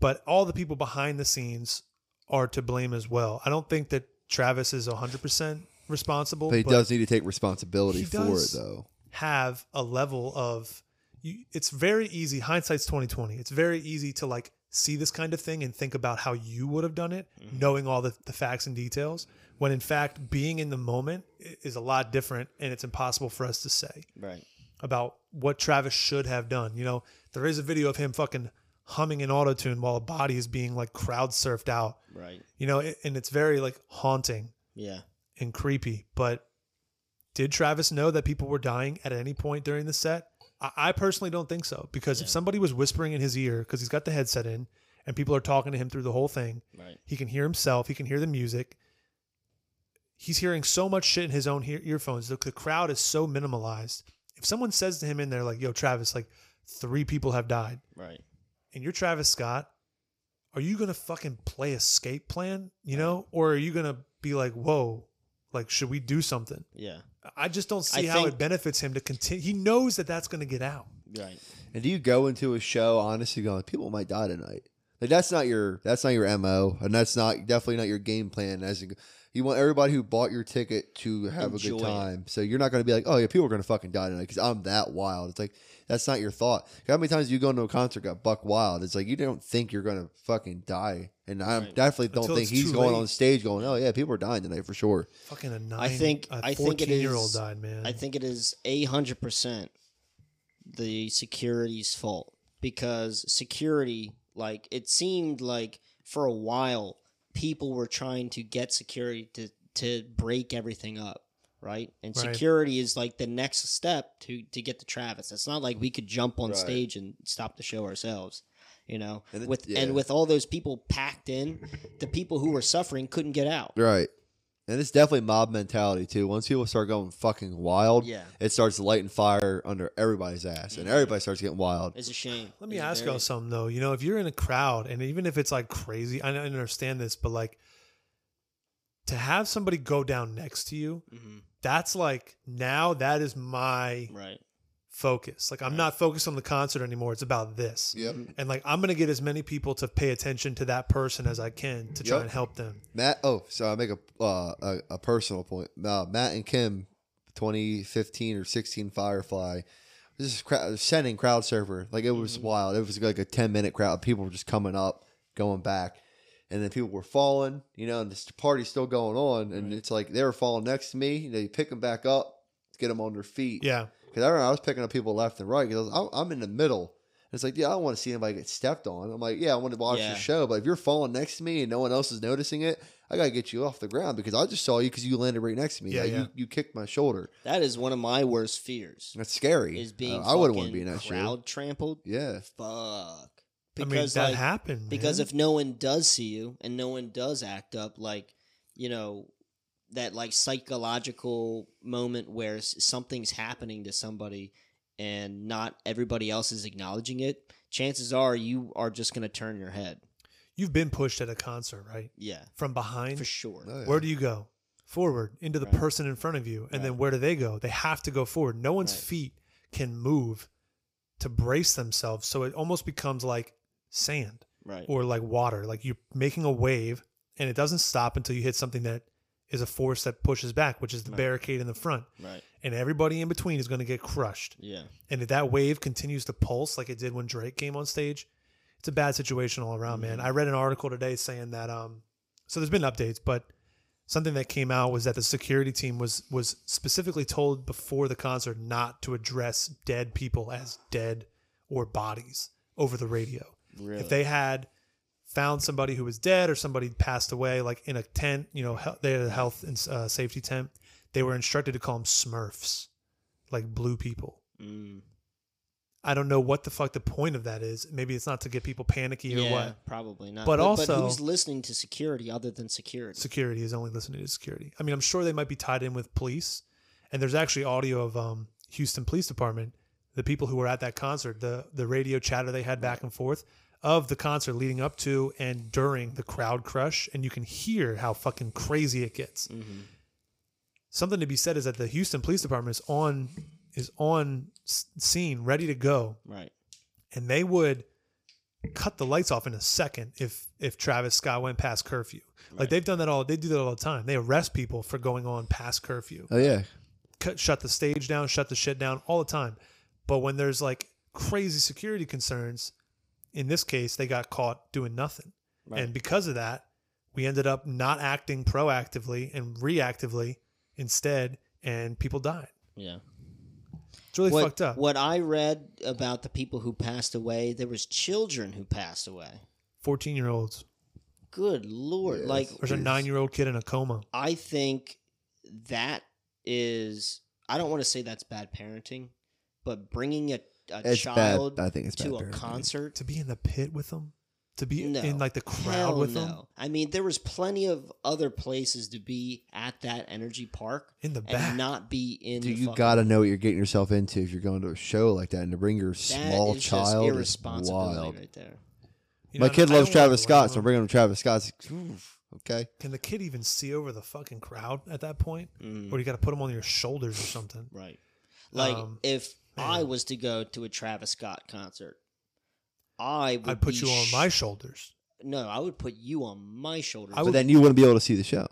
Speaker 4: but all the people behind the scenes are to blame as well. I don't think that Travis is 100% responsible,
Speaker 1: but he does need to take responsibility
Speaker 4: He
Speaker 1: for
Speaker 4: does.
Speaker 1: it though.
Speaker 4: have a level of you, it's very easy hindsight's 2020 it's very easy to like see this kind of thing and think about how you would have done it knowing all the, the facts and details when in fact being in the moment i- is a lot different and it's impossible for us to say
Speaker 2: Right.
Speaker 4: about what travis should have done you know there is a video of him fucking humming an autotune while a body is being like crowd surfed out
Speaker 2: Right.
Speaker 4: you know a- and it's very like haunting
Speaker 2: Yeah.
Speaker 4: and creepy. But did Travis know that people were dying at any point during the set? I, I personally don't think so because if
Speaker 2: Yeah.
Speaker 4: somebody was whispering in his ear because he's got the headset in and people are talking to him through the whole thing,
Speaker 2: Right.
Speaker 4: he can hear himself, he can hear the music. He's hearing so much shit in his own ear- earphones. The, the crowd is so minimalized. If someone says to him in there, like, yo, Travis, like three people have died,
Speaker 2: Right.
Speaker 4: and you're Travis Scott, are you gonna fucking play escape plan, you know, or are you gonna be like, whoa, like should we do something?
Speaker 2: Yeah.
Speaker 4: I just don't see
Speaker 2: I
Speaker 4: how
Speaker 2: think-
Speaker 4: it benefits him to continue. He knows that that's gonna get out.
Speaker 2: Right.
Speaker 1: And do you go into a show honestly going, people might die tonight? Like that's not your that's not your mo, and that's not definitely not your game plan. As you, you want everybody who bought your ticket to have a
Speaker 2: Enjoy it.
Speaker 1: good time, so you're not going to be like, oh yeah, people are going to fucking die tonight because I'm that wild. It's like that's not your thought. How many times you go into a concert got buck wild? It's like you don't think you're going to fucking die, and I
Speaker 2: Right.
Speaker 1: definitely don't
Speaker 4: Until
Speaker 1: think
Speaker 4: it's
Speaker 1: he's
Speaker 4: too
Speaker 1: going
Speaker 4: late.
Speaker 1: on stage going, oh yeah, people are dying tonight for sure.
Speaker 4: Fucking a nine.
Speaker 2: I think-
Speaker 4: a
Speaker 2: I think it
Speaker 4: year old
Speaker 2: is-
Speaker 4: died, man.
Speaker 2: I think it is a hundred percent the security's fault because security, like it seemed like for a while, people were trying to get security to to break everything up, right? And
Speaker 4: Right.
Speaker 2: security is like the next step to to get to Travis. It's not like we could jump on
Speaker 1: Right.
Speaker 2: stage and stop the show ourselves. You know,
Speaker 1: And it-
Speaker 2: with
Speaker 1: yeah.
Speaker 2: and with all those people packed in, the people who were suffering couldn't get out.
Speaker 1: Right. And it's definitely mob mentality too. Once people start going fucking wild,
Speaker 2: Yeah.
Speaker 1: it starts lighting fire under everybody's ass, and everybody starts getting wild.
Speaker 2: It's a shame.
Speaker 4: Let me
Speaker 2: It's
Speaker 4: ask
Speaker 2: very-
Speaker 4: y'all something though. You know, if you're in a crowd and even if it's like crazy, I don't understand this, but like to have somebody go down next to you,
Speaker 2: Mhm.
Speaker 4: that's like now that is my
Speaker 2: Mm-hmm, Right.
Speaker 4: focus. Like I'm not focused on the concert anymore. It's about this.
Speaker 1: Yep.
Speaker 4: And like I'm gonna get as many people to pay attention to that person as I can to try
Speaker 1: Yep.
Speaker 4: and help them.
Speaker 1: Matt. Oh, so I make a uh, a, a personal point. Uh, Matt and Kim, 2015 or 16 Firefly. This is crowd, sending crowd surfer. Like it was wild. It was like a 10 minute crowd. People were just coming up, going back, and then people were falling. You know, and this party's still going on, and it's like they were falling next to me. You know, you pick them back up, get them on their feet.
Speaker 4: Yeah.
Speaker 1: Because I remember I was picking up people left and right because I'm, I'm in the middle. And it's like, yeah, I don't want to see anybody get stepped on. I'm like, yeah, I want to watch
Speaker 2: Yeah.
Speaker 1: the show, but if you're falling next to me and no one else is noticing it, I gotta get you off the ground because I just saw you because you landed right next to me. Yeah,
Speaker 4: Yeah, yeah.
Speaker 1: You, you kicked my shoulder.
Speaker 2: That is one of my worst fears.
Speaker 1: That's scary. Uh,
Speaker 2: Is being
Speaker 1: I wouldn't want
Speaker 2: want
Speaker 1: to be in that
Speaker 2: crowd
Speaker 1: show.
Speaker 2: trampled.
Speaker 1: Yeah,
Speaker 2: Fuck.
Speaker 4: I mean
Speaker 2: Because
Speaker 4: that
Speaker 2: like,
Speaker 4: happened.
Speaker 2: because
Speaker 4: man.
Speaker 2: if no one does see you and no one does act up, like you know that like psychological moment where s- something's happening to somebody and not everybody else is acknowledging it, chances are you are just gonna turn your head.
Speaker 4: you've been pushed at a concert, right?
Speaker 2: Yeah,
Speaker 4: From behind.
Speaker 2: for sure.
Speaker 1: Oh, yeah.
Speaker 4: Where do you go? Forward into the
Speaker 2: Right.
Speaker 4: person in front of you. And then
Speaker 2: Right.
Speaker 4: where do they go? They have to go forward. No one's
Speaker 2: Right.
Speaker 4: feet can move to brace themselves. So it almost becomes like sand.
Speaker 2: Right.
Speaker 4: or like water. Like you're making a wave and it doesn't stop until you hit something that is a force that pushes back, which is the
Speaker 2: Right.
Speaker 4: barricade in the front.
Speaker 2: Right.
Speaker 4: And everybody in between is going to get crushed.
Speaker 2: Yeah.
Speaker 4: And if that wave continues to pulse like it did when Drake came on stage, it's a bad situation all around, man. I read an article today saying that um so there's been updates, but something that came out was that the security team was was specifically told before the concert not to address dead people as dead or bodies over the radio
Speaker 2: Really.
Speaker 4: if they had found somebody who was dead or somebody passed away like in a tent you know hel- they had a health and uh, safety tent they were instructed to call them smurfs like blue people
Speaker 2: Mm.
Speaker 4: i don't know what the fuck the point of that is maybe it's not to get people panicky or what
Speaker 2: Probably not.
Speaker 4: But also-
Speaker 2: who's listening to security other than security?
Speaker 4: security is only listening to security i mean i'm sure they might be tied in with police and there's actually audio of um, houston police department the people who were at that concert the the radio chatter they had back and forth of the concert leading up to and during the crowd crush, and you can hear how fucking crazy it gets.
Speaker 2: Mm-hmm,
Speaker 4: Something to be said is that the Houston Police Department is on is on s- scene, ready to go,
Speaker 2: Right.
Speaker 4: and they would cut the lights off in a second if if Travis Scott went past curfew. Like they've done that all they do that all the time. They arrest people for going on past curfew
Speaker 1: Oh yeah.
Speaker 4: cut, shut the stage down, shut the shit down all the time. But when there's like crazy security concerns, in this case, they got caught doing nothing.
Speaker 2: Right.
Speaker 4: And because of that, we ended up not acting proactively and reactively instead, and people died.
Speaker 2: Yeah.
Speaker 4: It's really
Speaker 2: what,
Speaker 4: fucked up.
Speaker 2: What I read about the people who passed away, there was children who passed away.
Speaker 4: 14 year olds.
Speaker 2: Good lord!
Speaker 1: Yeah,
Speaker 2: like
Speaker 4: There's a nine year old kid in a coma.
Speaker 2: I think that is. I don't want to say that's bad parenting, but bringing a, a
Speaker 1: It's
Speaker 2: child
Speaker 1: bad. I think it's
Speaker 2: to
Speaker 1: bad
Speaker 2: a
Speaker 1: parenting.
Speaker 2: concert.
Speaker 4: To be in the pit with them, to be
Speaker 2: No.
Speaker 4: in like the crowd
Speaker 2: Hell
Speaker 4: with
Speaker 2: no.
Speaker 4: them,
Speaker 2: I mean, there was plenty of other places to be at that energy park
Speaker 4: in the back.
Speaker 2: and not be in.
Speaker 1: Dude,
Speaker 2: the
Speaker 1: you
Speaker 2: fucking-
Speaker 1: gotta know what you're getting yourself into if you're going to a show like that, and to bring your
Speaker 2: That
Speaker 1: small
Speaker 2: is just
Speaker 1: child is
Speaker 2: irresponsibility
Speaker 1: wild.
Speaker 2: right there.
Speaker 4: You know,
Speaker 1: My
Speaker 4: and
Speaker 1: kid
Speaker 4: I
Speaker 1: loves
Speaker 4: don't wanna
Speaker 1: Travis Scott, so
Speaker 4: blame
Speaker 1: I'm
Speaker 4: 'em.
Speaker 1: bringing him Travis Scott. It's like, oof, okay,
Speaker 4: Can the kid even see over the fucking crowd at that point?
Speaker 2: Mm.
Speaker 4: Or you got to put them on your shoulders or something.
Speaker 2: Right. Like
Speaker 4: Um,
Speaker 2: if I
Speaker 4: man.
Speaker 2: was to go to a Travis Scott concert, I would
Speaker 4: I'd put
Speaker 2: be
Speaker 4: you on
Speaker 2: sh-
Speaker 4: my shoulders.
Speaker 2: no, I would put you on my shoulders.
Speaker 4: I
Speaker 1: but
Speaker 4: would-
Speaker 1: then you wouldn't be able to see the show.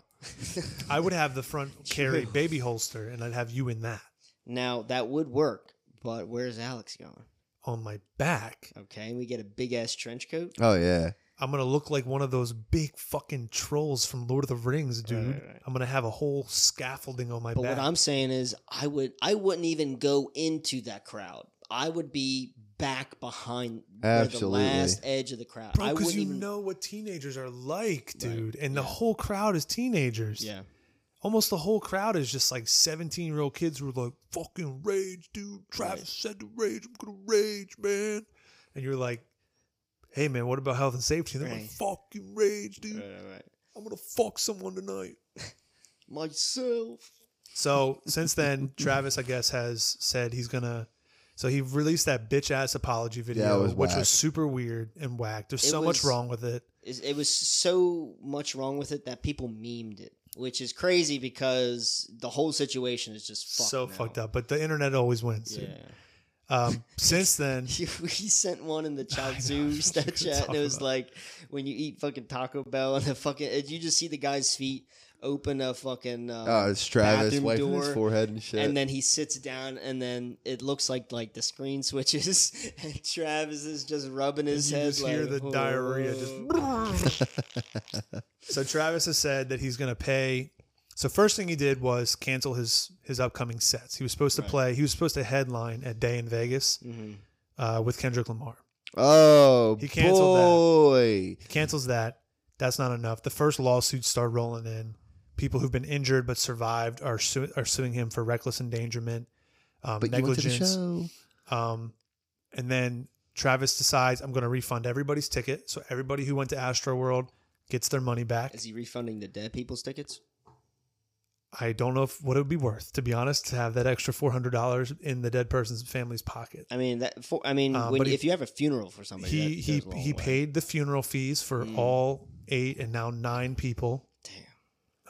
Speaker 4: I would have the front carry baby holster, and I'd have you in that
Speaker 2: now that would work, but where's Alex going?
Speaker 4: on my back.
Speaker 2: Okay, we get a big ass trench coat.
Speaker 1: Oh yeah,
Speaker 4: I'm gonna look like one of those big fucking trolls from Lord of the Rings, dude.
Speaker 2: Right, right, right.
Speaker 4: I'm gonna have a whole scaffolding on my
Speaker 2: But
Speaker 4: back.
Speaker 2: what I'm saying is, I would, I wouldn't even go into that crowd. I would be back behind where the
Speaker 1: Absolutely.
Speaker 2: last edge of the crowd.
Speaker 4: Bro,
Speaker 2: I
Speaker 4: because
Speaker 2: wouldn't
Speaker 4: you
Speaker 2: even
Speaker 4: know what teenagers are like, dude, and the
Speaker 2: yeah.
Speaker 4: whole crowd is teenagers.
Speaker 2: Yeah,
Speaker 4: almost the whole crowd is just like 17 year old kids who are like fucking rage dude travis
Speaker 2: Right.
Speaker 4: said to rage i'm gonna rage man and you're like hey man what about health and safety and they're like
Speaker 2: Right.
Speaker 4: fucking rage dude
Speaker 2: Right, right, right.
Speaker 4: i'm gonna fuck someone tonight
Speaker 2: myself.
Speaker 4: so since then travis i guess has said he's gonna so he released that bitch ass apology video
Speaker 1: it was
Speaker 4: which
Speaker 1: whack.
Speaker 4: was super weird and whack there's
Speaker 2: It
Speaker 4: so much
Speaker 2: was-
Speaker 4: wrong with it
Speaker 2: is it was so much wrong with it that people memed it, which is crazy because the whole situation is just fucked
Speaker 4: so
Speaker 2: now.
Speaker 4: fucked up but the internet always wins
Speaker 2: Yeah,
Speaker 4: dude. um, since then
Speaker 2: he sent one in the
Speaker 4: I know,
Speaker 2: Child Zoo
Speaker 4: that's what you're
Speaker 2: Snapchat, and it was
Speaker 4: talking
Speaker 2: like when you eat fucking Taco Bell and the fucking and you just see the guy's feet open a fucking um,
Speaker 1: oh, it's Travis
Speaker 2: bathroom
Speaker 1: wiping his
Speaker 2: door,
Speaker 1: forehead and shit.
Speaker 2: and then he sits down, and then it looks like like the screen switches, and Travis is just rubbing his
Speaker 4: you
Speaker 2: head.
Speaker 4: just hear
Speaker 2: like,
Speaker 4: the diarrhea just
Speaker 2: "Oh."
Speaker 4: so Travis has said that he's going to pay. So first thing he did was cancel his his upcoming sets. He was supposed to
Speaker 2: Right.
Speaker 4: play. He was supposed to headline at Day in Vegas
Speaker 2: Mhm.
Speaker 4: uh, with Kendrick Lamar.
Speaker 1: oh
Speaker 4: He canceled that.
Speaker 1: boy,
Speaker 4: He cancels that. That's not enough. The first lawsuits start rolling in. People who've been injured but survived are su- are suing him for reckless endangerment, um,
Speaker 1: but
Speaker 4: negligence.
Speaker 1: you went to the show.
Speaker 4: Um, and then Travis decides I'm going to refund everybody's ticket. So everybody who went to Astro World gets their money back.
Speaker 2: Is he refunding the dead people's tickets?
Speaker 4: I don't know if, what it would be worth, to be honest, to have that extra four hundred dollars in the dead person's family's pocket.
Speaker 2: I mean that. For, I mean,
Speaker 4: Um,
Speaker 2: when,
Speaker 4: but he-
Speaker 2: if you have a funeral for
Speaker 1: Oh,
Speaker 2: somebody,
Speaker 4: He
Speaker 2: that
Speaker 4: he
Speaker 2: goes a long
Speaker 4: he
Speaker 2: way.
Speaker 4: paid the funeral fees for
Speaker 2: Mm.
Speaker 4: all eight and now nine people.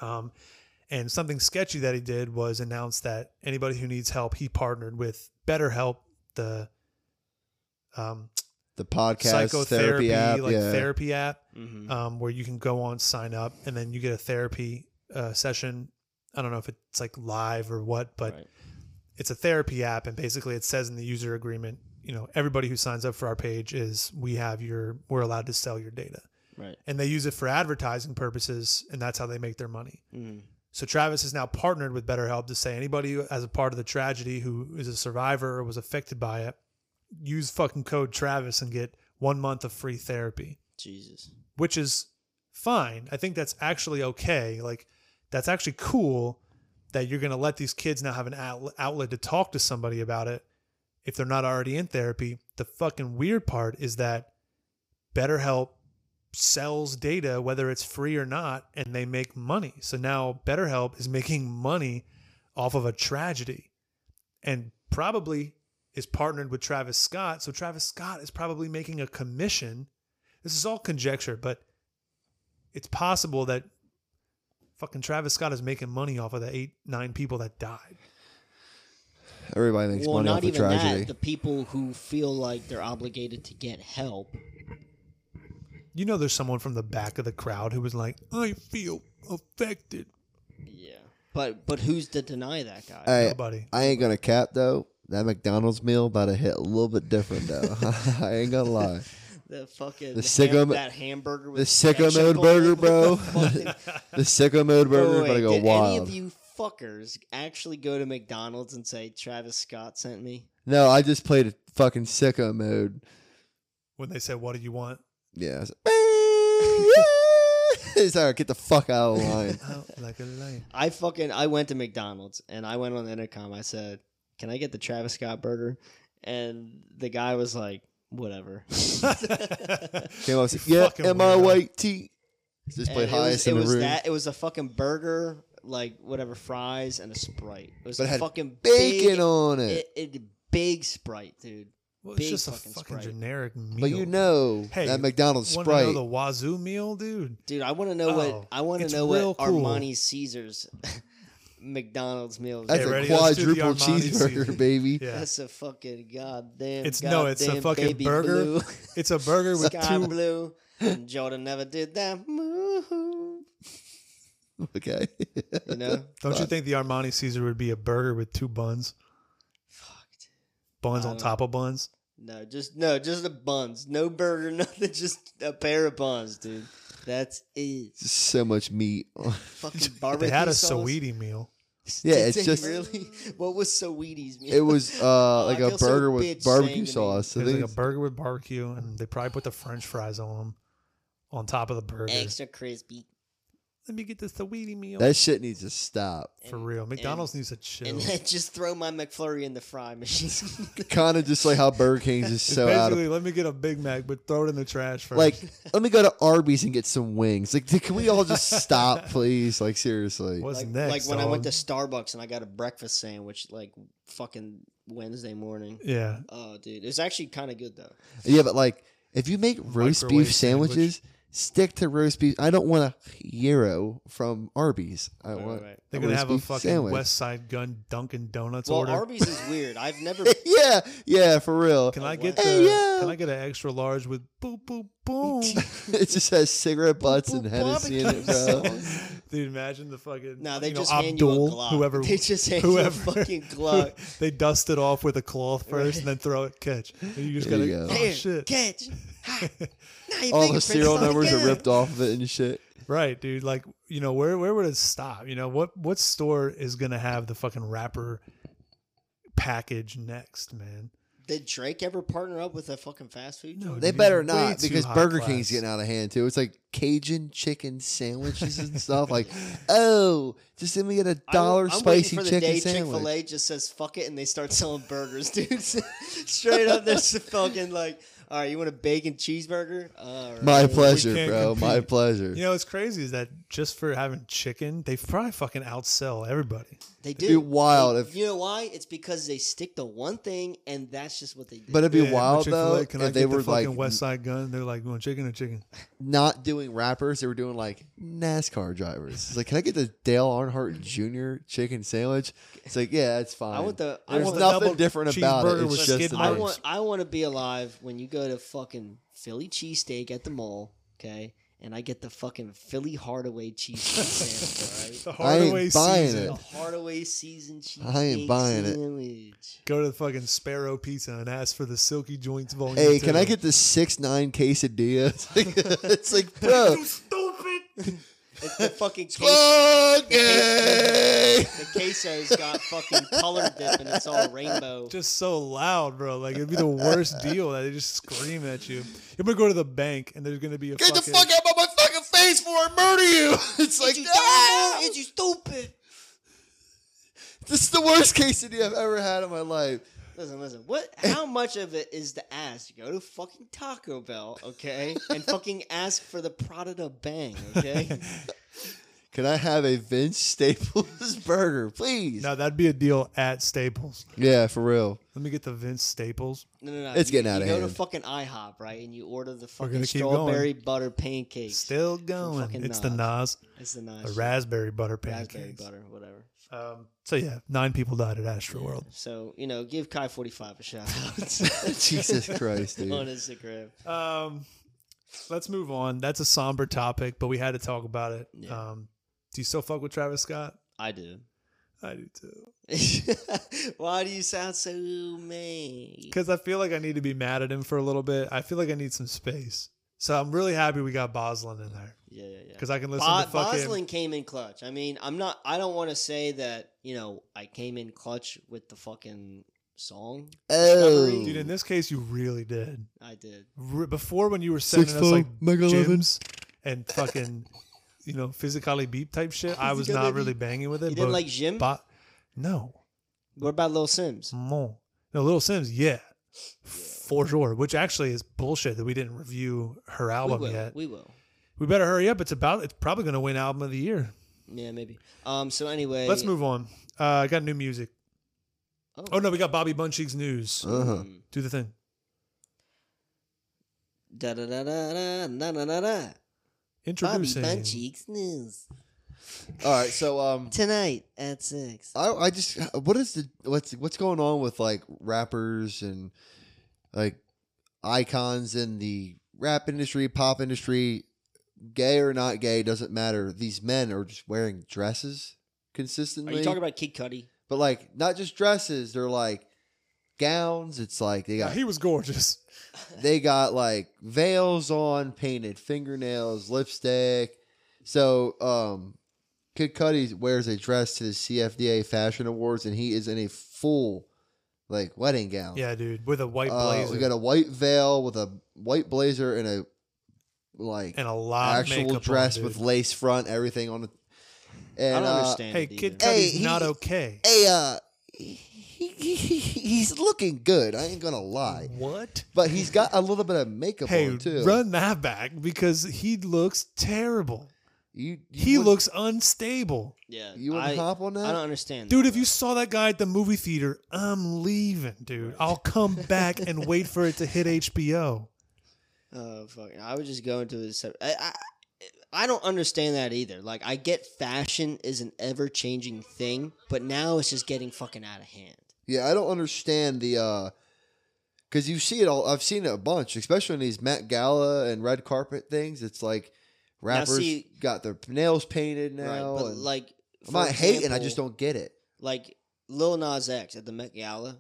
Speaker 2: Damn.
Speaker 4: Um, and something sketchy that he did was announce that anybody who needs help, he partnered with BetterHelp, the um,
Speaker 1: The podcast
Speaker 4: psychotherapy
Speaker 1: therapy app,
Speaker 4: like
Speaker 1: yeah. Mm.
Speaker 4: therapy app.
Speaker 2: Mm-hmm.
Speaker 4: um, where you can go on sign up and then you get a therapy uh, session i don't know if it's like live or what but
Speaker 2: Right.
Speaker 4: it's a therapy app and basically it says in the user agreement you know everybody who signs up for our page is we have your we're allowed to sell your data
Speaker 2: right.
Speaker 4: and they use it for advertising purposes and that's how they make their money
Speaker 2: Mm.
Speaker 4: so Travis has now partnered with BetterHelp to say anybody who- as a part of the tragedy who is a survivor or was affected by it, use fucking code Travis and get one month of free therapy
Speaker 2: Jesus.
Speaker 4: which is fine. I think that's actually okay. Like, that's actually cool that you're going to let these kids now have an outlet, outlet to talk to somebody about it if they're not already in therapy. The fucking weird part is that BetterHelp sells data, whether it's free or not, and they make money. So now BetterHelp is making money off of a tragedy and probably is partnered with Travis Scott. So Travis Scott is probably making a commission This is all conjecture, but it's possible that fucking Travis Scott is making money off of the eight, nine people that died.
Speaker 1: Everybody makes
Speaker 2: Well,
Speaker 1: money
Speaker 2: not
Speaker 1: off of
Speaker 2: even
Speaker 1: tragedy.
Speaker 2: that. The people who feel like they're obligated to get help.
Speaker 4: You know, there's someone from the back of the crowd who was like, I feel affected.
Speaker 2: Yeah. But but who's to deny that guy?
Speaker 1: Hey,
Speaker 4: Nobody.
Speaker 1: I ain't gonna cap though. That McDonald's meal about to hit a little bit different though. I ain't gonna lie.
Speaker 2: the fucking
Speaker 1: the
Speaker 2: ham-
Speaker 1: sicko mo-
Speaker 2: that hamburger with
Speaker 1: the sicko mode
Speaker 2: ketchup on it.
Speaker 1: burger, bro.
Speaker 2: What the fuck?
Speaker 1: The sicko mode burger
Speaker 2: Wait,
Speaker 1: about to go
Speaker 2: did any
Speaker 1: wild.
Speaker 2: of you fuckers actually go to McDonald's and say Travis Scott sent me?
Speaker 1: no, I just played fucking sicko mode. When
Speaker 4: When they said, What do you want?
Speaker 1: yeah, I was like, it's like get the fuck out of line.
Speaker 4: Out Oh, like a lion.
Speaker 2: I fucking I went to McDonald's and I went on the intercom. I said, "Can I get the Travis Scott burger?" And the guy was like, "Whatever."
Speaker 1: Came up, said,
Speaker 4: You
Speaker 1: yeah,
Speaker 4: fucking
Speaker 1: am I
Speaker 4: weirdo."
Speaker 1: white tea? Just
Speaker 2: And
Speaker 1: played
Speaker 2: it was,
Speaker 1: highest
Speaker 2: it
Speaker 1: in the
Speaker 2: was
Speaker 1: room.
Speaker 2: that. It was a fucking burger, like whatever fries and a sprite. It was
Speaker 1: But it had
Speaker 2: fucking
Speaker 1: Bacon
Speaker 2: big,
Speaker 1: on it.
Speaker 2: It, it big sprite, dude.
Speaker 4: Well,
Speaker 2: Big
Speaker 4: it's just a
Speaker 2: fucking
Speaker 4: fucking
Speaker 2: Sprite.
Speaker 4: generic meal.
Speaker 1: but you know
Speaker 4: Hey,
Speaker 1: that McDonald's
Speaker 4: Wanna know
Speaker 1: Sprite.
Speaker 4: the wazoo meal, dude.
Speaker 2: Dude, I want to know what
Speaker 4: Oh,
Speaker 2: I want to
Speaker 4: it's
Speaker 2: know
Speaker 4: real
Speaker 2: what
Speaker 4: cool.
Speaker 2: Armani Caesar's McDonald's meal.
Speaker 1: That's
Speaker 4: Hey,
Speaker 2: is.
Speaker 1: a
Speaker 4: ready? Let's do the
Speaker 1: quadruple
Speaker 4: Armani
Speaker 1: cheeseburger,
Speaker 4: season.
Speaker 1: baby.
Speaker 4: Yeah.
Speaker 2: That's a fucking goddamn.
Speaker 4: It's- no, it's a
Speaker 2: goddamn
Speaker 4: fucking
Speaker 2: baby
Speaker 4: burger
Speaker 2: blue.
Speaker 4: It's a burger with
Speaker 2: Sky
Speaker 4: two.
Speaker 2: blue. And Jordan never did that move. You
Speaker 1: Okay.
Speaker 2: know,
Speaker 4: Don't you think the Armani Caesar would be a burger with two buns?
Speaker 2: fuck.
Speaker 4: Buns
Speaker 2: I
Speaker 4: on
Speaker 2: don't-
Speaker 4: top of buns?
Speaker 2: No, just no, just the buns. No burger, nothing. Just a pair of buns, dude. That's it.
Speaker 1: so much meat.
Speaker 2: Fucking
Speaker 4: If
Speaker 2: barbecue.
Speaker 4: They had a
Speaker 2: sauce.
Speaker 4: Saweetie meal.
Speaker 1: Yeah,
Speaker 2: Did
Speaker 1: it's
Speaker 2: they
Speaker 1: just-
Speaker 2: really. What was Saweetie's meal?
Speaker 1: it was uh,
Speaker 4: Oh,
Speaker 2: I
Speaker 1: like a
Speaker 2: feel so
Speaker 1: burger
Speaker 2: bitch
Speaker 1: with
Speaker 2: saying
Speaker 1: barbecue
Speaker 2: to me-
Speaker 1: sauce. I
Speaker 4: it was
Speaker 1: think
Speaker 4: like a burger with barbecue, and they probably put the French fries on them on top of the burger.
Speaker 2: extra crispy.
Speaker 4: Let me get this Saweetie meal.
Speaker 1: that shit needs to stop.
Speaker 4: For
Speaker 2: And-
Speaker 4: real, McDonald's needs to chill.
Speaker 2: And then just throw my McFlurry in the fry machine.
Speaker 1: Kind of just like how Burger King's is
Speaker 4: It's
Speaker 1: so out
Speaker 4: basically,
Speaker 1: of
Speaker 4: let me get a Big Mac, but throw it in the trash first.
Speaker 1: like. Let me go to Arby's and get some wings. Like, can we all just stop, please? Like, seriously.
Speaker 4: what's
Speaker 2: like,
Speaker 4: next?
Speaker 2: like when I went to
Speaker 4: dog?
Speaker 2: Starbucks and I got a breakfast sandwich, like fucking Wednesday morning.
Speaker 4: yeah,
Speaker 2: Oh, dude, it's actually kind of good though.
Speaker 1: Yeah, but like, if you make roast
Speaker 4: Microwave
Speaker 1: beef sandwiches, stick to roast beef. I don't want a gyro from Arby's. I
Speaker 2: Right,
Speaker 1: want.
Speaker 2: right.
Speaker 4: they're gonna
Speaker 1: roast
Speaker 4: have a
Speaker 1: beef
Speaker 4: fucking
Speaker 1: sandwich.
Speaker 4: West Side Gun Dunkin' Donuts
Speaker 2: Well,
Speaker 4: order.
Speaker 2: Arby's is weird. I've never.
Speaker 1: yeah, yeah, for real.
Speaker 4: can
Speaker 2: Oh,
Speaker 4: I get
Speaker 2: wow.
Speaker 4: the,
Speaker 1: Hey, yo.
Speaker 4: Can I get an extra large with boom boom boom?
Speaker 1: it just has cigarette butts and
Speaker 2: Boop,
Speaker 1: Hennessy in it,
Speaker 2: barbecue
Speaker 1: bro.
Speaker 2: sauce.
Speaker 4: Dude, imagine the fucking
Speaker 2: No, they
Speaker 4: you know,
Speaker 2: just hand you a
Speaker 4: Abdul,
Speaker 2: Glock.
Speaker 4: whoever
Speaker 2: They just hand you a
Speaker 4: whoever,
Speaker 2: fucking Glock.
Speaker 4: they dust it off with a cloth first and then throw it catch. And you just
Speaker 1: There
Speaker 4: gotta
Speaker 1: you go.
Speaker 4: oh
Speaker 2: Here,
Speaker 4: shit.
Speaker 2: catch. Ha. Now your
Speaker 1: All the
Speaker 2: fingerprints
Speaker 1: serial
Speaker 2: on the
Speaker 1: numbers are
Speaker 2: gun.
Speaker 1: ripped off of it and shit.
Speaker 4: Right, dude. Like, you know, where where would it stop? You know, what what store is gonna have the fucking wrapper package next, man?
Speaker 2: Did Drake ever partner up with a fucking fast food?
Speaker 4: No,
Speaker 2: joint?
Speaker 1: They
Speaker 4: Dude,
Speaker 1: better
Speaker 4: way
Speaker 1: not
Speaker 4: too
Speaker 1: because
Speaker 4: high
Speaker 1: Burger
Speaker 4: class.
Speaker 1: King's getting out of hand too. It's like Cajun chicken sandwiches and stuff. Like, oh, just let me get a
Speaker 2: I-
Speaker 1: dollar
Speaker 2: I'm
Speaker 1: spicy
Speaker 2: waiting for the
Speaker 1: chicken
Speaker 2: day
Speaker 1: sandwich.
Speaker 2: Chick-fil-A just says fuck it and they start selling burgers, dude. Straight up, they're s- fucking like, all right, you want a bacon cheeseburger? All right.
Speaker 1: My pleasure,
Speaker 4: can't
Speaker 1: bro. My
Speaker 4: compete.
Speaker 1: pleasure.
Speaker 4: You know, what's crazy is that just for having chicken, they probably fucking outsell everybody.
Speaker 2: They do.
Speaker 1: It'd be wild
Speaker 2: They-
Speaker 1: if-
Speaker 2: you know why? It's because they stick to one thing and that's just what they do.
Speaker 1: but it'd be
Speaker 4: Yeah, but
Speaker 1: wild
Speaker 4: Chick-fil-A,
Speaker 1: though
Speaker 4: Can I
Speaker 1: if they
Speaker 4: get
Speaker 1: were
Speaker 4: the fucking
Speaker 1: like
Speaker 4: West Side Gun? They're like, you want chicken or chicken?
Speaker 1: not doing rappers, they were doing like NASCAR drivers. It's like, can I get the Dale Earnhardt Jr. chicken sandwich? It's like, yeah, it's fine.
Speaker 2: I want the I
Speaker 1: There's
Speaker 2: want
Speaker 4: the
Speaker 1: nothing
Speaker 4: double
Speaker 1: different about it.
Speaker 4: cheeseburger
Speaker 1: It's
Speaker 4: with
Speaker 1: just
Speaker 4: Skid
Speaker 1: the
Speaker 2: I
Speaker 4: Marks.
Speaker 1: name.
Speaker 2: want I want to be alive when you go to fucking Philly cheesesteak at the mall, okay? And I get the fucking Philly Hardaway cheesesteak sandwich, all
Speaker 4: The
Speaker 1: I ain't
Speaker 4: Hardaway
Speaker 1: buying
Speaker 4: season.
Speaker 1: it.
Speaker 2: right? The Hardaway seasoned cheesesteak
Speaker 1: I ain't buying it.
Speaker 2: sandwich.
Speaker 4: Go to the fucking Sparrow Pizza and ask for the Silky Joints volume.
Speaker 1: Hey,
Speaker 4: two.
Speaker 1: can I get the six nine quesadilla? It's like, it's like bro,
Speaker 2: It's the fucking queso.
Speaker 1: okay.
Speaker 2: the queso's got fucking color dip and it's all rainbow.
Speaker 4: just so loud, bro? Like it'd be the worst deal that they just scream at you. You're gonna go to the bank and there's gonna be a
Speaker 1: Get the
Speaker 4: fucking
Speaker 1: fuck out of my fucking face before I murder you! It's like,
Speaker 2: you
Speaker 1: ah!
Speaker 2: dumb? Is you stupid?
Speaker 1: this is the worst quesadilla I've ever had in my life.
Speaker 2: Listen, listen. What? How much of it is to ask? Go to fucking Taco Bell, okay, and fucking ask for the Prada to bang, okay?
Speaker 1: Can I have a Vince Staples burger, please?
Speaker 4: No, that'd be a deal at Staples.
Speaker 1: Yeah, for real.
Speaker 4: Let me get the Vince Staples.
Speaker 2: No, no, no.
Speaker 1: It's
Speaker 2: you,
Speaker 1: getting outta
Speaker 2: you go
Speaker 1: hand.
Speaker 2: to fucking IHOP, right? And you order the
Speaker 4: We're
Speaker 2: fucking
Speaker 4: gonna keep
Speaker 2: strawberry butter pancakes.
Speaker 4: Still
Speaker 2: fucking
Speaker 4: going. It's the Nas,
Speaker 2: Nas. it's the nice
Speaker 4: the
Speaker 2: shit.
Speaker 4: raspberry butter
Speaker 2: raspberry
Speaker 4: pancakes.
Speaker 2: butter, whatever.
Speaker 4: Um, so yeah, nine people died at Astro World.
Speaker 2: So you know, give Kai forty five a shout out.
Speaker 1: Jesus Christ, dude.
Speaker 2: on Instagram.
Speaker 4: Um, let's move on. That's a somber topic, but we had to talk about it.
Speaker 2: Yeah.
Speaker 4: Um, do you still fuck with Travis Scott?
Speaker 2: I do.
Speaker 4: I do too.
Speaker 2: Why do you sound so mean?
Speaker 4: Because I feel like I need to be mad at him for a little bit. I feel like I need some space. So I'm really happy we got Boslin in there
Speaker 2: Yeah, yeah, yeah.
Speaker 4: because I can listen
Speaker 2: Bo-
Speaker 4: to fucking.
Speaker 2: Boslin came in clutch. I mean, I'm not. I don't want to say that. You know, I came in clutch with the fucking song.
Speaker 1: Oh,
Speaker 4: Dude, in this case, you really did.
Speaker 2: I did.
Speaker 4: Re- Before when you were sending us like
Speaker 1: Mega
Speaker 4: gyms and fucking, you know, physically beep type shit, I was not
Speaker 2: Physically
Speaker 4: really banging with it.
Speaker 2: You didn't
Speaker 4: but
Speaker 2: like Jim?
Speaker 4: Bo- no.
Speaker 2: what about Lil Sims?
Speaker 4: No. No, Little Sims, yeah. For sure. Which actually is bullshit that we didn't review her album
Speaker 2: we will.
Speaker 4: yet. We,
Speaker 2: We will.
Speaker 4: better hurry up. It's about it's probably gonna win album of the year.
Speaker 2: Yeah, maybe. Um. So anyway,
Speaker 4: Let's move on. Uh I got new music.
Speaker 2: Oh. Mm-hmm.
Speaker 4: Oh no, we got Bobby Buncheek's news.
Speaker 1: Uh-huh.
Speaker 4: Do the thing.
Speaker 2: Da da da da da da da da da. Bobby
Speaker 4: Introducing
Speaker 2: Buncheek's news
Speaker 1: All right, so um,
Speaker 2: tonight at six.
Speaker 1: I, I just what is the what's what's going on with like rappers and like icons in the rap industry, pop industry, gay or not gay doesn't matter. These men are just wearing dresses
Speaker 2: Are
Speaker 1: consistently.
Speaker 2: you talking about Kid Cudi?
Speaker 1: but like not just dresses, they're like gowns. It's like they
Speaker 4: Now,
Speaker 1: got
Speaker 4: he was gorgeous.
Speaker 1: they got like veils on, painted fingernails, lipstick. So, um, Kid Cudi wears a dress to the CFDA Fashion Awards, and he is in a full like wedding gown.
Speaker 4: Yeah, dude. With a white
Speaker 1: uh,
Speaker 4: blazer
Speaker 1: we got a white veil with a white blazer and a like
Speaker 4: and a lot of
Speaker 1: actual
Speaker 4: makeup on,
Speaker 1: dress
Speaker 4: dude.
Speaker 1: with lace front, everything on it. And,
Speaker 2: I don't
Speaker 1: uh,
Speaker 2: understand.
Speaker 4: Hey,
Speaker 2: it
Speaker 4: Kid
Speaker 2: either.
Speaker 1: Hey,
Speaker 4: Cudi's
Speaker 1: he-
Speaker 4: not okay.
Speaker 1: Hey, uh, he, he, he, he's looking good. I ain't gonna lie,
Speaker 4: What?
Speaker 1: but he's got a little bit of makeup
Speaker 4: Hey,
Speaker 1: on too.
Speaker 4: run that back because he looks terrible.
Speaker 1: You, you
Speaker 4: He
Speaker 1: wouldn't-
Speaker 4: looks unstable.
Speaker 2: yeah,
Speaker 1: You wouldn't
Speaker 2: I,
Speaker 1: hop on that?
Speaker 2: I don't understand,
Speaker 4: Dude,
Speaker 2: that,
Speaker 4: if you saw that guy at the movie theater, I'm leaving, dude. I'll come back and wait for it to hit HBO.
Speaker 2: Oh fuck! I would just go into this. sep- I, I I don't understand that either. Like I get fashion is an ever changing thing, but now it's just getting fucking out of hand.
Speaker 1: Yeah, I don't understand the uh because you see it all. I've seen it a bunch, especially in these Met Gala and red carpet things. It's like rappers
Speaker 2: see-
Speaker 1: got their nails painted
Speaker 2: right?
Speaker 1: now.
Speaker 2: But
Speaker 1: and
Speaker 2: like
Speaker 1: I'm
Speaker 2: for
Speaker 1: not hating. I
Speaker 2: example,
Speaker 1: just don't get it.
Speaker 2: like Lil Nas X at the Met Gala.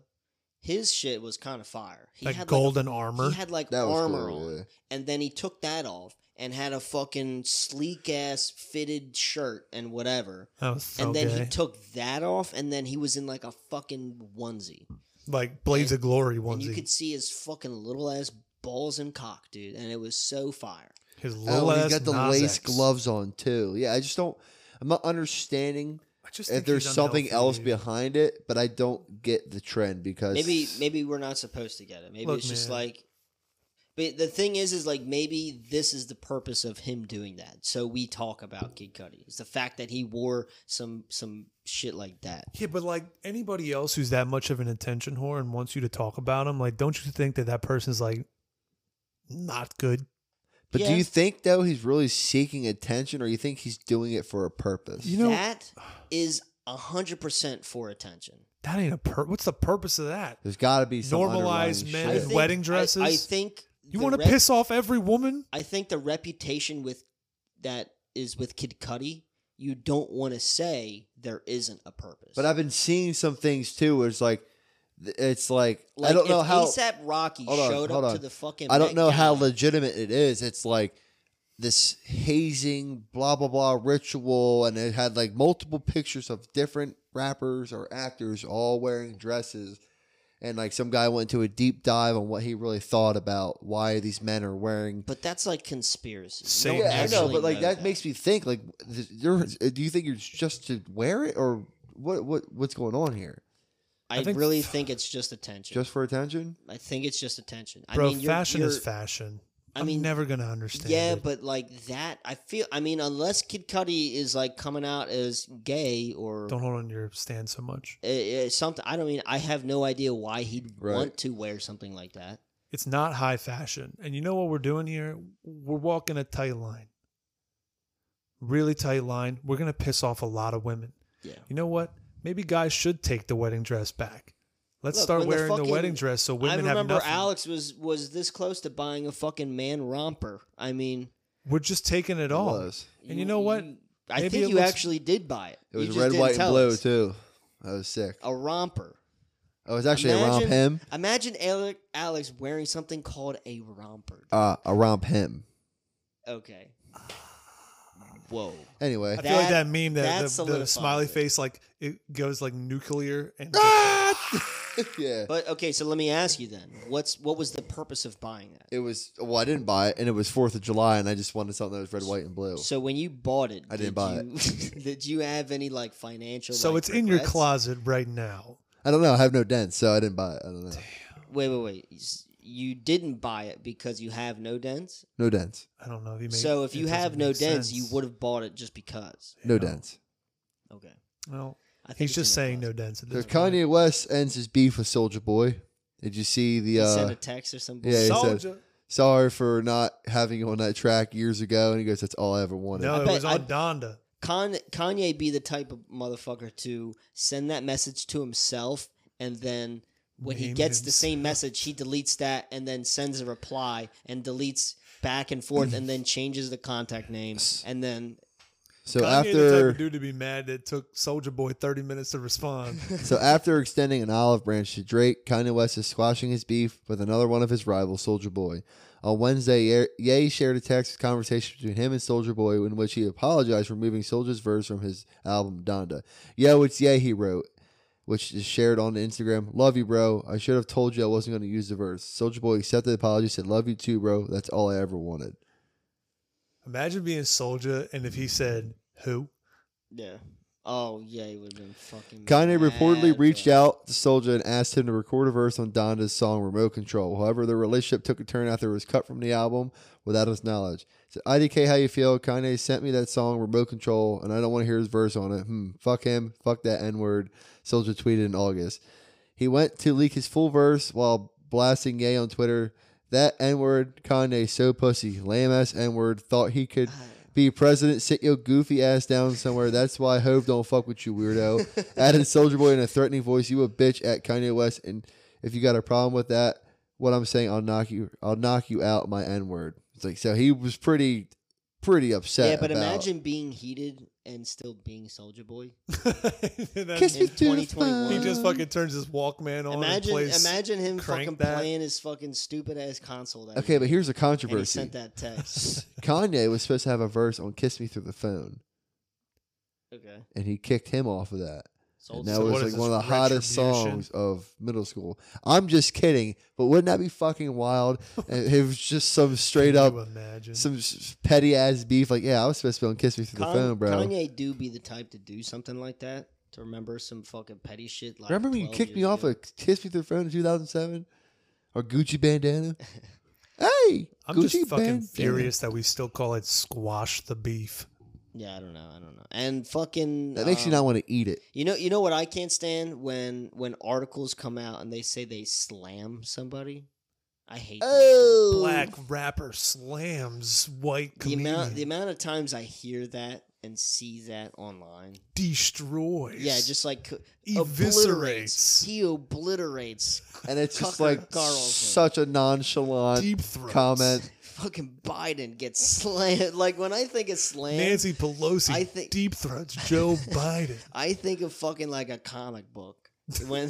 Speaker 2: His shit was kind of fire. He
Speaker 4: Like
Speaker 2: had
Speaker 4: golden
Speaker 2: like,
Speaker 4: armor.
Speaker 2: He had like
Speaker 1: That was
Speaker 2: armor
Speaker 1: cool,
Speaker 2: on,
Speaker 1: yeah.
Speaker 2: and then he took that off and had a fucking sleek ass fitted shirt and whatever.
Speaker 4: that was so
Speaker 2: And then
Speaker 4: gay.
Speaker 2: he took that off, and then he was in like a fucking onesie.
Speaker 4: like Blades of Glory onesie.
Speaker 2: and you could see his fucking little ass balls and cock, dude, and it was so fire.
Speaker 4: His
Speaker 1: Oh,
Speaker 4: little
Speaker 1: and
Speaker 4: ass
Speaker 1: he's got the
Speaker 4: Nas
Speaker 1: lace
Speaker 4: X.
Speaker 1: gloves on too. Yeah, I just don't. I'm not understanding
Speaker 4: I just
Speaker 1: if
Speaker 4: think
Speaker 1: there's
Speaker 4: he's
Speaker 1: something
Speaker 4: unhealthy,
Speaker 1: else
Speaker 4: dude.
Speaker 1: behind it, but I don't get the trend because
Speaker 2: Maybe maybe we're not supposed to get it. Maybe
Speaker 4: Look,
Speaker 2: it's just
Speaker 4: man.
Speaker 2: like. But the thing is, is like maybe this is the purpose of him doing that. So we talk about Kid Cudi. It's the fact that he wore some some shit like that.
Speaker 4: Yeah, but like anybody else who's that much of an attention whore and wants you to talk about him, like, don't you think that that person's like not good?
Speaker 1: But
Speaker 2: Yeah.
Speaker 1: do you think though he's really seeking attention, or you think he's doing it for a purpose?
Speaker 4: You know,
Speaker 2: that is a hundred percent for attention.
Speaker 4: that ain't a per. What's the purpose of that?
Speaker 1: There's got to be some
Speaker 4: Normalize
Speaker 1: underlying
Speaker 4: men
Speaker 1: shit.
Speaker 4: in wedding
Speaker 2: I-
Speaker 4: dresses?
Speaker 2: I, think
Speaker 4: You
Speaker 2: the
Speaker 4: want to
Speaker 2: rep-
Speaker 4: piss off every woman?
Speaker 2: I think the reputation with that is with Kid Cudi. You don't want to say there isn't a purpose.
Speaker 1: But I've been seeing some things too. Where it's like, th- it's like,
Speaker 2: Like,
Speaker 1: I don't
Speaker 2: if
Speaker 1: know how
Speaker 2: ASAP Rocky
Speaker 1: Hold on,
Speaker 2: showed
Speaker 1: hold
Speaker 2: up
Speaker 1: on.
Speaker 2: to the fucking.
Speaker 1: I don't
Speaker 2: Met
Speaker 1: know how
Speaker 2: Gala,
Speaker 1: legitimate it is. It's like this hazing, blah blah blah ritual, and it had like multiple pictures of different rappers or actors all wearing dresses, and like some guy went into a deep dive on what he really thought about why these men are wearing.
Speaker 2: but that's like conspiracy.
Speaker 4: Say
Speaker 2: No
Speaker 4: it
Speaker 2: one
Speaker 1: Yeah, I know,
Speaker 2: actually
Speaker 1: but like
Speaker 2: knows
Speaker 1: that, makes me think. Like, th- you're, uh, do you think you're just to wear it, or what? What? What's going on here?
Speaker 2: I,
Speaker 4: I think-
Speaker 2: really think it's just attention.
Speaker 1: Just for attention?
Speaker 2: I think it's just attention.
Speaker 4: Bro,
Speaker 2: I mean, you're-
Speaker 4: fashion is
Speaker 2: you're-
Speaker 4: fashion.
Speaker 2: I mean,
Speaker 4: am never gonna understand.
Speaker 2: yeah,
Speaker 4: it.
Speaker 2: but like that, I feel. I mean, unless Kid Cudi is like coming out as gay or
Speaker 4: don't hold on to your stand so much.
Speaker 2: uh, uh, something, I don't mean. I have no idea why he'd
Speaker 1: Right.
Speaker 2: want to wear something like that.
Speaker 4: It's not high fashion, and you know what we're doing here? We're walking a tight line, really tight line. We're gonna piss off a lot of women.
Speaker 2: Yeah.
Speaker 4: You know what? Maybe guys should take the wedding dress back. Let's
Speaker 2: Look,
Speaker 4: start
Speaker 2: when the
Speaker 4: wearing the,
Speaker 2: fucking-
Speaker 4: wedding dress so women
Speaker 2: I remember
Speaker 4: have nothing.
Speaker 2: Alex was was this close to buying a fucking man romper. I mean,
Speaker 4: we're just taking it all.
Speaker 1: was.
Speaker 4: And you know what?
Speaker 2: I
Speaker 4: Maybe
Speaker 2: think
Speaker 4: it
Speaker 2: you
Speaker 4: looks-
Speaker 2: actually did buy it.
Speaker 1: It
Speaker 2: You
Speaker 1: was
Speaker 2: just
Speaker 1: red,
Speaker 2: didn't
Speaker 1: white, and
Speaker 2: tell
Speaker 1: blue
Speaker 2: us.
Speaker 1: too. That was sick.
Speaker 2: A romper.
Speaker 1: I was actually a romp
Speaker 2: Imagine-
Speaker 1: hem.
Speaker 2: Imagine Ale- Alex wearing something called a romper.
Speaker 1: Uh, a romp hem.
Speaker 2: Okay. Whoa.
Speaker 1: Anyway,
Speaker 4: I feel like
Speaker 2: That-
Speaker 4: that meme
Speaker 2: that
Speaker 4: that, the, the
Speaker 2: solidifies
Speaker 4: smiley
Speaker 2: it. Ah!
Speaker 4: face like it goes like nuclear and
Speaker 1: yeah.
Speaker 2: But okay, so let me ask you then. What's what was the purpose of buying that?
Speaker 1: It was well, I didn't buy it, and it was Fourth of July, and I just wanted something that was red, white, and blue.
Speaker 2: So when you bought it,
Speaker 1: I didn't
Speaker 2: did
Speaker 1: buy
Speaker 2: you, it. did you have any like financial?
Speaker 4: so
Speaker 2: like,
Speaker 4: it's in your
Speaker 2: regrets?
Speaker 4: closet right now.
Speaker 1: I don't know. I have no dents, so I didn't buy it. I don't know.
Speaker 2: Wait, wait, wait. You s- You didn't buy it because you have no dents.
Speaker 1: No dents.
Speaker 4: I don't know if you made
Speaker 2: so if
Speaker 4: it
Speaker 2: you
Speaker 4: doesn't
Speaker 2: have no
Speaker 4: make
Speaker 2: dents, you
Speaker 4: sense.
Speaker 2: would have bought it just because.
Speaker 1: No
Speaker 4: Yeah.
Speaker 1: dents.
Speaker 2: Okay.
Speaker 4: Well,
Speaker 2: I think
Speaker 4: he's
Speaker 2: it's
Speaker 4: just
Speaker 2: in your
Speaker 4: saying no
Speaker 2: closet.
Speaker 4: dents. at
Speaker 1: So
Speaker 4: this point.
Speaker 1: Kanye West ends his beef with Soldier Boy. Did you see the?
Speaker 2: He sent
Speaker 1: Uh,
Speaker 2: a text or something.
Speaker 1: yeah, he said-
Speaker 4: Soldier.
Speaker 1: sorry for not having you on that track years ago, and he goes, "That's all I ever wanted."
Speaker 4: No,
Speaker 2: I
Speaker 4: it
Speaker 2: bet-
Speaker 4: was
Speaker 2: I-
Speaker 4: on Donda.
Speaker 2: Con- Kanye be the type of motherfucker to send that message to himself and then when he
Speaker 4: Name
Speaker 2: gets the
Speaker 4: himself.
Speaker 2: same message, he deletes that and then sends a reply and deletes back and forth and then changes the contact name and then
Speaker 1: So
Speaker 4: Kanye the type
Speaker 1: after
Speaker 4: of dude to be mad that took Soldier Boy thirty minutes to respond.
Speaker 1: So after extending an olive branch to Drake, Kanye West is squashing his beef with another one of his rivals, Soldier Boy. On Wednesday, Ye shared a text conversation between him and Soldier Boy in which he apologized for moving Soldier's verse from his album Donda. Yo, it's Ye, he wrote, which is shared on Instagram. Love you, bro. I should have told you I wasn't going to use the verse. Soldier Boy accepted the apology, said, Love you too, bro. That's all I ever wanted.
Speaker 4: Imagine being Soldier and if he said who?
Speaker 2: yeah. Oh yeah, he would have been fucking.
Speaker 1: Kanye
Speaker 2: mad,
Speaker 1: reportedly reached
Speaker 2: bro.
Speaker 1: out to Soldier and asked him to record a verse on Donda's song Remote Control. However, their relationship took a turn after it was cut from the album without his knowledge. So IDK How You Feel, Kanye sent me that song Remote Control, and I don't want to hear his verse on it. Hmm, fuck him, fuck that N word. Soldier tweeted in August. He went to leak his full verse while blasting Ye on Twitter. That N word, Kanye, so pussy, lame ass N word, thought he could
Speaker 2: Uh,
Speaker 1: be president, sit your goofy ass down somewhere. That's why Hove don't fuck with you, weirdo. Added Soldier Boy in a threatening voice, you a bitch at Kanye West, and if you got a problem with that, what I'm saying, I'll knock you, I'll knock you out, my N word. It's like so he was pretty, pretty upset.
Speaker 2: Yeah, but
Speaker 1: about-
Speaker 2: imagine being heated and still being Soldier Boy.
Speaker 4: And then
Speaker 1: kiss me
Speaker 2: in
Speaker 1: through the
Speaker 2: 2021.
Speaker 4: he
Speaker 1: phone.
Speaker 4: just fucking turns his Walkman on. and
Speaker 2: Imagine,
Speaker 4: plays,
Speaker 2: imagine him
Speaker 4: Crank
Speaker 2: fucking
Speaker 4: That.
Speaker 2: playing his fucking stupid ass console. That
Speaker 1: Okay, but here's a
Speaker 2: he, and he
Speaker 1: controversy.
Speaker 2: sent that text.
Speaker 1: Kanye was supposed to have a verse on "Kiss Me Through the Phone,"
Speaker 2: okay,
Speaker 1: and he kicked him off of that. And
Speaker 2: Soldier
Speaker 1: that
Speaker 4: So
Speaker 1: was
Speaker 4: what is
Speaker 1: like one of
Speaker 4: this,
Speaker 1: the hottest
Speaker 4: retribution?
Speaker 1: songs of middle school. I'm just kidding, but wouldn't that be fucking wild? And it was just some straight
Speaker 4: Can
Speaker 1: up,
Speaker 4: you Imagine.
Speaker 1: some s- petty ass beef. Like, yeah, I was supposed to be on "Kiss Me Through
Speaker 2: Con-
Speaker 1: the Phone," bro.
Speaker 2: Kanye do be the type to do something like that to remember some fucking petty shit. Like
Speaker 1: Remember when you
Speaker 2: 12
Speaker 1: kicked me
Speaker 2: years
Speaker 1: off
Speaker 2: ago?
Speaker 1: a "Kiss Me Through the Phone" in 2007, or Gucci bandana? hey,
Speaker 4: I'm
Speaker 1: Gucci
Speaker 4: just fucking
Speaker 1: bandana.
Speaker 4: furious that we still call it squash the beef.
Speaker 2: Yeah, I don't know, I don't know, and fucking
Speaker 1: That makes you
Speaker 2: um,
Speaker 1: not want to eat it.
Speaker 2: You know, you know what I can't stand when when articles come out and they say they slam somebody. I hate. that shit.
Speaker 1: Oh,
Speaker 4: Black rapper slams white
Speaker 2: the
Speaker 4: comedian.
Speaker 2: amount the amount of times I hear that and see that online.
Speaker 4: destroys.
Speaker 2: Yeah, just like co- obliterates.
Speaker 4: eviscerates.
Speaker 2: He obliterates.
Speaker 1: and it's just
Speaker 2: Tucker
Speaker 1: like
Speaker 2: Carlson.
Speaker 1: such a nonchalant
Speaker 4: deep throat.
Speaker 1: comment.
Speaker 2: Fucking Biden gets slammed. Like when I think of slam,
Speaker 4: Nancy Pelosi
Speaker 2: I think-
Speaker 4: deep throats Joe Biden.
Speaker 2: I think of fucking like a comic book. When,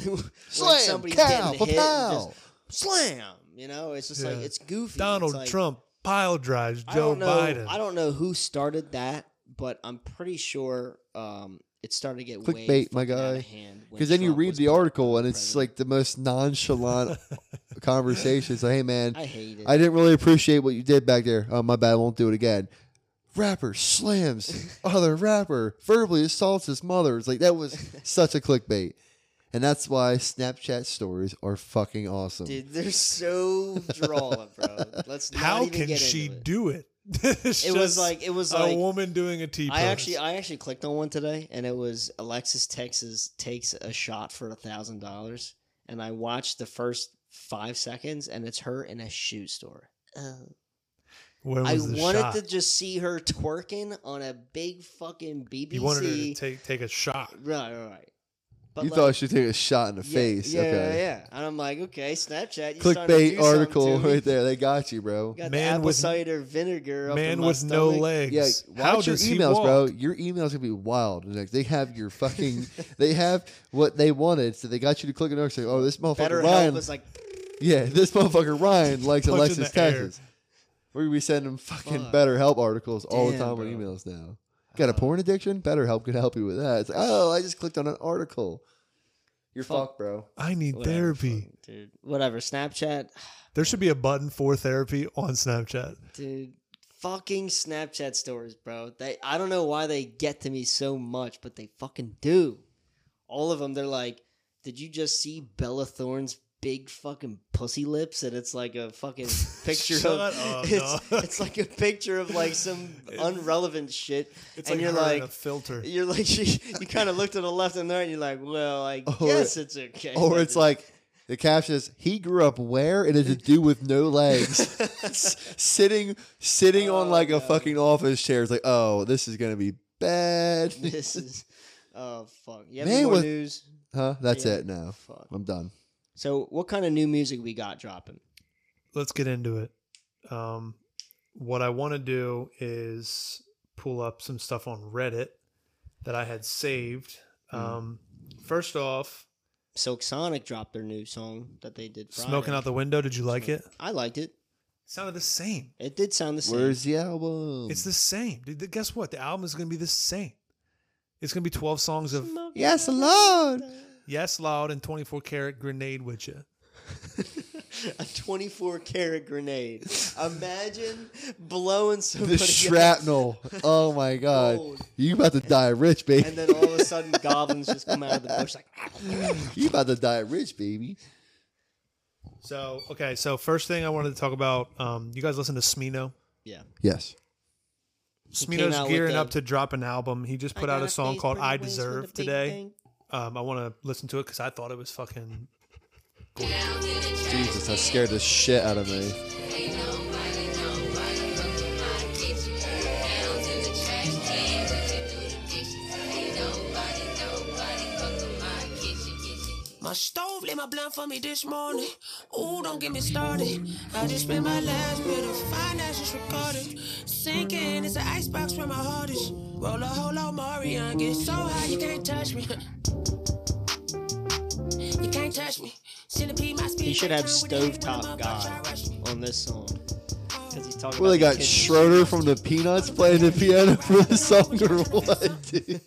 Speaker 2: when
Speaker 1: Slam,
Speaker 2: somebody's
Speaker 1: cow,
Speaker 2: getting hit,
Speaker 1: pow.
Speaker 2: and just slam. You know, it's just like
Speaker 4: Yeah.
Speaker 2: it's goofy.
Speaker 4: Donald
Speaker 2: It's like,
Speaker 4: Trump pile drives
Speaker 2: I
Speaker 4: Joe
Speaker 2: don't know.
Speaker 4: Biden.
Speaker 2: I don't know who started that, but I'm pretty sure um, it started to get way
Speaker 1: Clickbait, my
Speaker 2: fucking out
Speaker 1: guy.
Speaker 2: of hand when
Speaker 1: Because then you
Speaker 2: Trump
Speaker 1: read
Speaker 2: was
Speaker 1: the
Speaker 2: pre-
Speaker 1: article and it's
Speaker 2: president.
Speaker 1: like the most nonchalant conversation. So, hey, man,
Speaker 2: I hate it.
Speaker 1: I didn't really appreciate what you did back there. Oh, my bad. I won't do it again. Rapper slams other rapper, verbally assaults his mother. It's like that was such a clickbait. And that's why Snapchat stories are fucking awesome.
Speaker 2: Dude, they're so drawn, bro. Let's not
Speaker 4: How
Speaker 2: even
Speaker 4: can
Speaker 2: get
Speaker 4: she
Speaker 2: into it.
Speaker 4: do it?
Speaker 2: It was like it was
Speaker 4: a
Speaker 2: like
Speaker 4: woman doing a T.
Speaker 2: I actually I actually clicked on one today, and it was Alexis Texas takes a shot for a thousand dollars, and I watched the first five seconds, and it's her in a shoe store. Oh.
Speaker 4: Where
Speaker 2: I
Speaker 4: was the
Speaker 2: wanted
Speaker 4: shot?
Speaker 2: to just see her twerking on a big fucking BBC.
Speaker 4: You wanted her to take take a shot.
Speaker 2: right, right, right. But
Speaker 1: you
Speaker 2: like-
Speaker 1: thought she'd take a shot in the
Speaker 2: yeah,
Speaker 1: face.
Speaker 2: Yeah,
Speaker 1: okay.
Speaker 2: yeah, yeah. And I'm like, okay, Snapchat. You
Speaker 1: Clickbait article right there. They got you, bro.
Speaker 2: Got the
Speaker 4: Man
Speaker 2: apple
Speaker 4: with-
Speaker 2: cider vinegar. Up in
Speaker 4: Man
Speaker 2: my
Speaker 4: with no
Speaker 2: stomach.
Speaker 4: legs.
Speaker 1: Yeah,
Speaker 4: How
Speaker 1: watch your
Speaker 4: does he
Speaker 1: emails,
Speaker 4: walk?
Speaker 1: bro. Your emails gonna be wild. Like they have your fucking, they have what they wanted, so they got you to click an article. Say, oh, this motherfucker
Speaker 2: Better help
Speaker 1: Ryan.
Speaker 2: was like,
Speaker 1: yeah, this motherfucker Ryan likes
Speaker 4: Punch in
Speaker 1: Alexis
Speaker 4: the air.
Speaker 1: Texas. We we send him fucking
Speaker 2: Fuck.
Speaker 1: better help articles all the
Speaker 2: Damn,
Speaker 1: time
Speaker 2: bro.
Speaker 1: on emails now. Got a porn addiction? Better help could help you with that. It's like, oh, I just clicked on an article. You're
Speaker 2: Fuck.
Speaker 1: fucked, bro.
Speaker 4: I need
Speaker 2: whatever,
Speaker 4: therapy.
Speaker 2: fuck, dude. Whatever. Snapchat,
Speaker 4: There should be a button for therapy on Snapchat.
Speaker 2: dude. Fucking Snapchat stories, bro. They, I don't know why they get to me so much, but they fucking do. All of them, they're like, "Did you just see Bella Thorne's big fucking pussy lips?" And it's like a fucking picture
Speaker 4: Shut
Speaker 2: of
Speaker 4: up,
Speaker 2: it's,
Speaker 4: dog.
Speaker 2: it's like a picture of like some unrelevant shit,
Speaker 4: It's
Speaker 2: and
Speaker 4: like
Speaker 2: you're
Speaker 4: her in
Speaker 2: like,
Speaker 4: a filter.
Speaker 2: You're like she, you kind of look to the left and right, and you're like, well, I
Speaker 1: Or-
Speaker 2: guess it's okay.
Speaker 1: Or it's like the caption is he grew up where it is a dude with no legs S- sitting sitting on
Speaker 2: Oh,
Speaker 1: like
Speaker 2: no.
Speaker 1: a fucking office chair. It's like, oh, this is gonna be bad.
Speaker 2: this is oh fuck. You have
Speaker 1: Man,
Speaker 2: any more
Speaker 1: with-
Speaker 2: news?
Speaker 1: huh? That's
Speaker 2: Yeah.
Speaker 1: it now.
Speaker 2: Fuck.
Speaker 1: I'm done.
Speaker 2: So, what kind of new music we got dropping?
Speaker 4: let's get into it. Um, what I want to do is pull up some stuff on Reddit that I had saved. Um, first off,
Speaker 2: Silk Sonic dropped their new song that they did. Friday.
Speaker 4: smoking out the window. Did you like it?
Speaker 2: I liked it.
Speaker 4: Sounded the same.
Speaker 2: It did sound the same.
Speaker 1: Where's the album?
Speaker 4: It's the same. Dude, th- guess what? The album is going to be the same. It's going to be 12 songs of
Speaker 2: Smoking
Speaker 1: Yes,
Speaker 2: out
Speaker 1: Lord.
Speaker 4: Yes Loud and 24 Karat Grenade with you.
Speaker 2: the- a 24 karat grenade. Imagine blowing somebody
Speaker 1: The
Speaker 2: else,
Speaker 1: shrapnel. Oh my god.
Speaker 2: Gold.
Speaker 1: You about to die rich, baby.
Speaker 2: and then all of a sudden goblins just come out of the bush like.
Speaker 1: you about to die rich, baby.
Speaker 4: So, okay. So, first thing I wanted to talk about um, you guys listen to Smino?
Speaker 2: Yeah.
Speaker 1: Yes.
Speaker 2: He came
Speaker 4: Smino's
Speaker 2: out with
Speaker 4: gearing
Speaker 2: the-
Speaker 4: up to drop an album. He just put out a song called I Deserve today.
Speaker 2: Thing.
Speaker 4: Um, I want to listen to it because I thought it was fucking.
Speaker 1: Jesus, that scared the shit out of me.
Speaker 3: My stove lit my blunt for me this morning. Ooh, don't get me started. I just spent my last bit of finances recorded. Sinking, it's an icebox where my heart is. Roll a whole lot, Marion. Get so high, you can't touch me. You can't touch me. Centipede, my speed.
Speaker 2: He should have
Speaker 3: Stovetop
Speaker 2: Stovetop God on this song. Because he's talking
Speaker 1: Well, they got
Speaker 2: about the kids.
Speaker 1: Schroeder from the Peanuts playing the piano for the song or what? dude?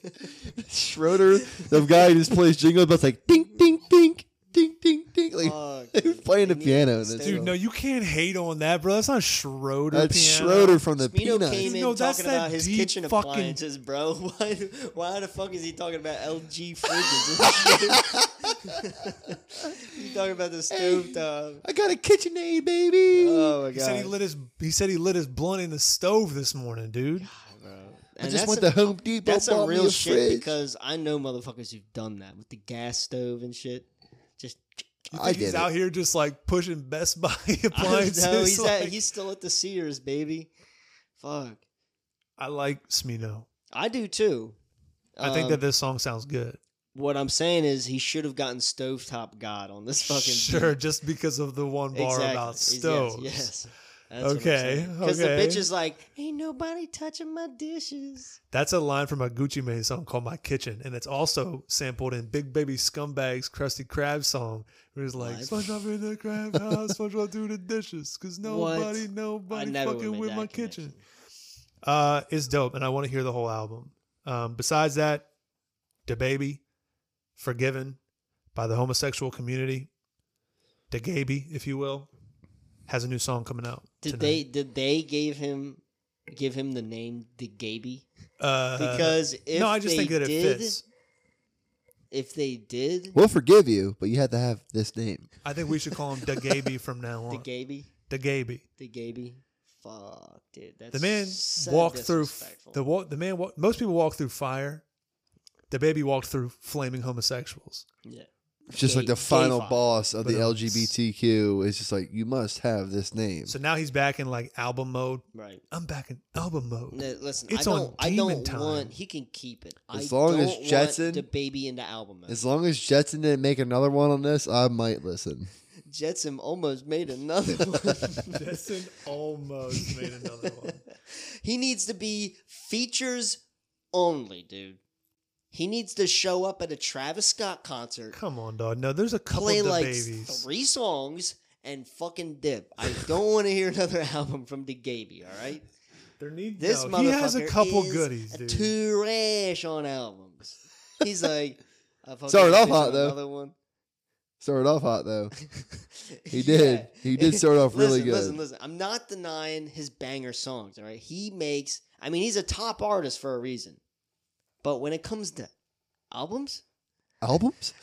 Speaker 1: Schroeder, the guy who just plays jingle bells like ding, ding, ding, ding, ding, ding. Like
Speaker 2: Fuck,
Speaker 1: they were
Speaker 2: dude.
Speaker 1: playing the
Speaker 2: They need
Speaker 1: piano
Speaker 2: to
Speaker 1: in this
Speaker 2: stay-
Speaker 1: Dude,
Speaker 4: Dude, no, you can't hate on that, bro. That's not Schroeder.
Speaker 1: that's
Speaker 4: piano.
Speaker 1: Schroeder from the
Speaker 2: Mino came
Speaker 1: Peanuts.
Speaker 2: in
Speaker 4: No, that's
Speaker 2: talking
Speaker 4: that
Speaker 2: about his
Speaker 4: deep
Speaker 2: kitchen
Speaker 4: fucking-
Speaker 2: appliances, bro. Why, why the fuck is he talking about LG fridges? He's talking about the stovetop.
Speaker 1: I got a KitchenAid, baby.
Speaker 2: Oh my
Speaker 4: He said he
Speaker 2: god.
Speaker 4: lit his. He said he lit his blunt in the stove this morning, dude.
Speaker 1: I
Speaker 2: And
Speaker 1: just
Speaker 2: that's
Speaker 1: went to
Speaker 2: a-
Speaker 1: Home Depot.
Speaker 2: That's some
Speaker 1: bought me
Speaker 2: real
Speaker 1: a
Speaker 2: shit
Speaker 1: fridge.
Speaker 2: because I know motherfuckers who've done that with the gas stove and shit. Just
Speaker 1: I
Speaker 4: He's
Speaker 1: did
Speaker 4: out
Speaker 1: it.
Speaker 4: here just like pushing Best Buy appliances.
Speaker 2: I don't know, he's
Speaker 4: like,
Speaker 2: at, he's still at the Sears, baby. Fuck,
Speaker 4: I like Smino.
Speaker 2: I do too.
Speaker 4: I think
Speaker 2: Um,
Speaker 4: that this song sounds good.
Speaker 2: what I'm saying is he should have gotten Stovetop God on this fucking
Speaker 4: sure,
Speaker 2: beat.
Speaker 4: just because of the one bar
Speaker 2: Exactly.
Speaker 4: about
Speaker 2: Yes,
Speaker 4: stoves.
Speaker 2: Yes.
Speaker 4: Okay,
Speaker 2: Because the
Speaker 4: okay.
Speaker 2: bitch is like, ain't nobody touching my dishes.
Speaker 4: That's a line from a Gucci Mane song called "My Kitchen," and it's also sampled in Big Baby Scumbag's Krusty Krab song, where he's like,
Speaker 2: What?
Speaker 4: "SpongeBob in the crab house, SpongeBob do the dishes, cause
Speaker 2: What?
Speaker 4: nobody,
Speaker 2: I
Speaker 4: nobody
Speaker 2: never would've
Speaker 4: fucking
Speaker 2: made
Speaker 4: with
Speaker 2: that
Speaker 4: my
Speaker 2: connection.
Speaker 4: kitchen." Uh, it's dope, and I want to hear the whole album. Um, besides that, "The Baby," "Forgiven" by the homosexual community, "The Gaby," if you will, has a new song coming out.
Speaker 2: Did
Speaker 4: tonight.
Speaker 2: they did they gave him give him the name the Gaby?
Speaker 4: Uh,
Speaker 2: Because if
Speaker 4: no, I just
Speaker 2: they
Speaker 4: think that it
Speaker 2: did,
Speaker 4: fits.
Speaker 2: if they did
Speaker 1: We'll forgive you, but you have to have this name.
Speaker 4: I think we should call him DeGaby from now
Speaker 2: the
Speaker 4: on.
Speaker 2: Gaby,
Speaker 4: DeGaby.
Speaker 2: the Gaby, fuck, dude, that's
Speaker 4: The man
Speaker 2: so
Speaker 4: walked through f-
Speaker 2: disrespectful.
Speaker 4: the wa- the man wa- most people walk through fire. The baby walked through flaming homosexuals.
Speaker 2: yeah.
Speaker 1: It's just like
Speaker 2: Gay-
Speaker 1: the final
Speaker 2: gayfy.
Speaker 1: boss of the
Speaker 4: But, um,
Speaker 1: LGBTQ is just like you must have this name.
Speaker 4: So now he's back in like album mode.
Speaker 2: Right.
Speaker 4: I'm back in album mode.
Speaker 2: No, listen,
Speaker 4: It's
Speaker 2: I
Speaker 4: on
Speaker 2: don't. I
Speaker 4: demon
Speaker 2: don't
Speaker 4: time.
Speaker 2: want. He can keep it.
Speaker 1: As
Speaker 2: I
Speaker 1: long
Speaker 2: don't
Speaker 1: as Jetson-
Speaker 2: want the baby in the album. man.
Speaker 1: as long as Jetson didn't make another one on this, I might listen.
Speaker 2: Jetson almost made another one.
Speaker 4: Jetson almost made another one.
Speaker 2: he needs to be features only, dude. He needs to show up at a Travis Scott concert,
Speaker 4: Come on, dog. No, there's a couple
Speaker 2: play
Speaker 4: of the
Speaker 2: like
Speaker 4: babies.
Speaker 2: three songs, and fucking dip. I don't want to hear another album from DeGaby. All right.
Speaker 4: There need
Speaker 2: This
Speaker 4: no,
Speaker 2: motherfucker
Speaker 4: he has a couple
Speaker 2: is
Speaker 4: goodies,
Speaker 2: a
Speaker 4: dude.
Speaker 2: Trash on albums. He's like, I fucking
Speaker 1: Started off
Speaker 2: bitch
Speaker 1: hot,
Speaker 2: on
Speaker 1: though.
Speaker 2: Another one.
Speaker 1: Started off hot though. He
Speaker 2: Yeah.
Speaker 1: did. He did start off really
Speaker 2: listen,
Speaker 1: good.
Speaker 2: Listen, listen. I'm not denying his banger songs. All right, he makes. I mean, he's a top artist for a reason. But when it comes to albums,
Speaker 1: Albums?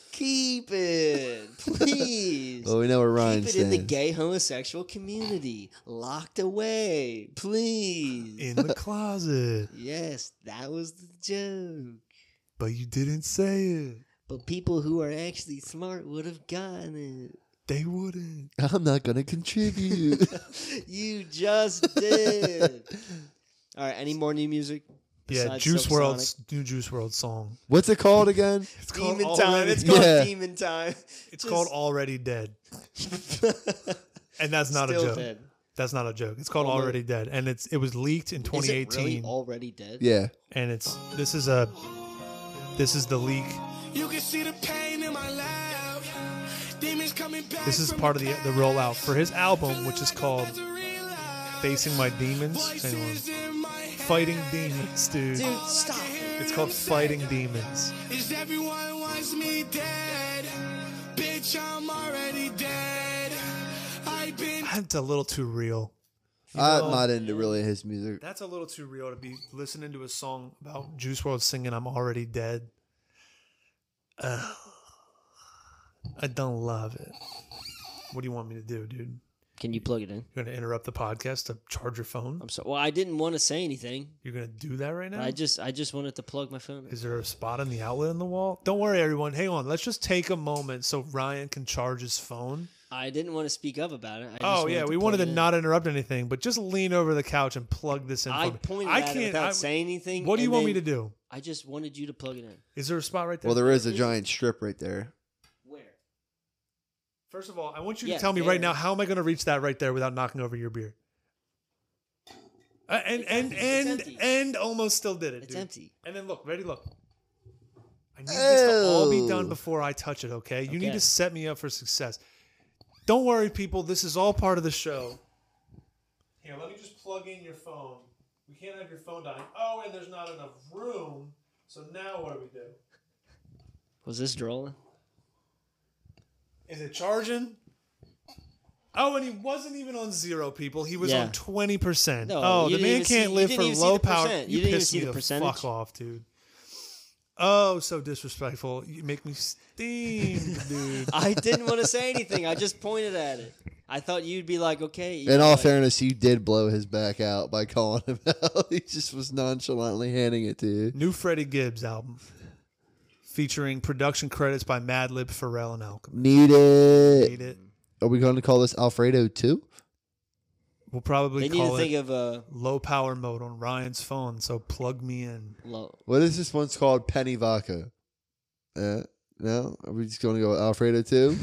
Speaker 2: keep it, please.
Speaker 1: Well, we know where Ryan
Speaker 2: keep it in the
Speaker 1: stands.
Speaker 2: gay homosexual community, locked away, please.
Speaker 4: in the closet,
Speaker 2: Yes, that was the joke.
Speaker 4: but you didn't say it.
Speaker 2: But people who are actually smart would have gotten it.
Speaker 4: They wouldn't.
Speaker 1: I'm not gonna contribute.
Speaker 2: You just did. All right, any more new music?
Speaker 4: Yeah,
Speaker 2: besides
Speaker 4: Juice
Speaker 2: Silk
Speaker 4: World's new Juice World song.
Speaker 1: What's it called again?
Speaker 4: It's
Speaker 2: Sonic? Demon Time.
Speaker 4: Already-
Speaker 2: It's called
Speaker 1: Yeah.
Speaker 2: Demon Time.
Speaker 4: It's called Already Dead, and that's not a
Speaker 2: Still
Speaker 4: joke.
Speaker 2: dead.
Speaker 4: That's not a joke. It's called
Speaker 2: Almost-
Speaker 4: Already Dead, and it's it was leaked in
Speaker 2: Is it
Speaker 4: 2018,
Speaker 2: really already dead?
Speaker 1: Yeah.
Speaker 4: and it's this is a this is the leak.
Speaker 5: You can see the pain in my life. Demons coming back.
Speaker 4: This is
Speaker 5: from
Speaker 4: part of the the rollout for his album, which is called
Speaker 5: the real life.
Speaker 4: Facing My Demons. Hang on.
Speaker 5: Voices in my head.
Speaker 4: Fighting Demons, dude.
Speaker 2: Dude, stop. it.
Speaker 4: It's called Fighting Demons.
Speaker 5: Is everyone wants me dead? Bitch, I'm already dead. I've been
Speaker 4: That's a little too real.
Speaker 1: I'm not into really his music.
Speaker 4: That's a little too real to be listening to a song about Juice World singing "I'm Already Dead." Ugh. I don't love it. What do you want me to do, dude?
Speaker 2: Can you plug it in?
Speaker 4: You're gonna interrupt the podcast to charge your phone?
Speaker 2: I'm sorry. Well, I didn't want to say anything.
Speaker 4: You're gonna do that right now?
Speaker 2: I just, I just wanted to plug my phone. in.
Speaker 4: Is there a spot in the outlet in the wall? Don't worry, everyone. Hang on. Let's just take a moment so Ryan can charge his phone.
Speaker 2: I didn't want to speak up about it. I just
Speaker 4: Oh yeah, we wanted
Speaker 2: plug it
Speaker 4: to
Speaker 2: in.
Speaker 4: not interrupt anything, but just lean over the couch and plug this in.
Speaker 2: I
Speaker 4: for me.
Speaker 2: pointed at it without saying anything.
Speaker 4: What do you
Speaker 2: and
Speaker 4: want me to
Speaker 2: then
Speaker 4: do?
Speaker 2: I just wanted you to plug it in.
Speaker 4: Is there a spot right there?
Speaker 1: Well, there is a giant strip right there.
Speaker 2: Where?
Speaker 4: First of all, I want you
Speaker 2: Yeah,
Speaker 4: to tell me right
Speaker 2: there.
Speaker 4: now how am I going to reach that right there without knocking over your beer? Uh, and
Speaker 2: It's
Speaker 4: and
Speaker 2: empty. It's
Speaker 4: and
Speaker 2: empty.
Speaker 4: and almost still did it.
Speaker 2: It's
Speaker 4: dude.
Speaker 2: empty.
Speaker 4: And then look, ready, look. I need this to all be done
Speaker 1: Oh.
Speaker 4: before I touch it. Okay, you need
Speaker 2: Okay.
Speaker 4: to set me up for success. Don't worry, people. This is all part of the show. Here, let me just plug in your phone. We can't have your phone dying. Oh, and there's not enough room. So now what do we do?
Speaker 2: Was this drawing?
Speaker 4: Is it charging? Oh, and he wasn't even on zero, people. He was
Speaker 2: Yeah.
Speaker 4: on twenty percent.
Speaker 2: No,
Speaker 4: oh,
Speaker 2: you didn't
Speaker 4: the man
Speaker 2: even see-
Speaker 4: can't
Speaker 2: you
Speaker 4: live
Speaker 2: didn't
Speaker 4: for
Speaker 2: even see
Speaker 4: low
Speaker 2: the
Speaker 4: power.
Speaker 2: percent. You didn't even
Speaker 4: pissed
Speaker 2: see
Speaker 4: me
Speaker 2: the percentage.
Speaker 4: Fuck off, dude. Oh, so disrespectful. You make me steam, dude.
Speaker 2: I didn't want to say anything. I just pointed at it. I thought you'd be like, okay. you
Speaker 1: In
Speaker 2: know,
Speaker 1: all
Speaker 2: like-
Speaker 1: fairness, you did blow his back out by calling him out. he just was nonchalantly handing it to you.
Speaker 4: New Freddie Gibbs album featuring production credits by Madlib, Pharrell, and Alchemy.
Speaker 1: Need it.
Speaker 4: Hate it.
Speaker 1: Are we going to call this Alfredo too?
Speaker 4: We'll probably
Speaker 2: They need to
Speaker 4: call it
Speaker 2: think of uh,
Speaker 4: low power mode on Ryan's phone. So plug me in.
Speaker 2: low.
Speaker 1: What is this one's called? Penny Vodka. Uh, no, are we just going to go with Alfredo too?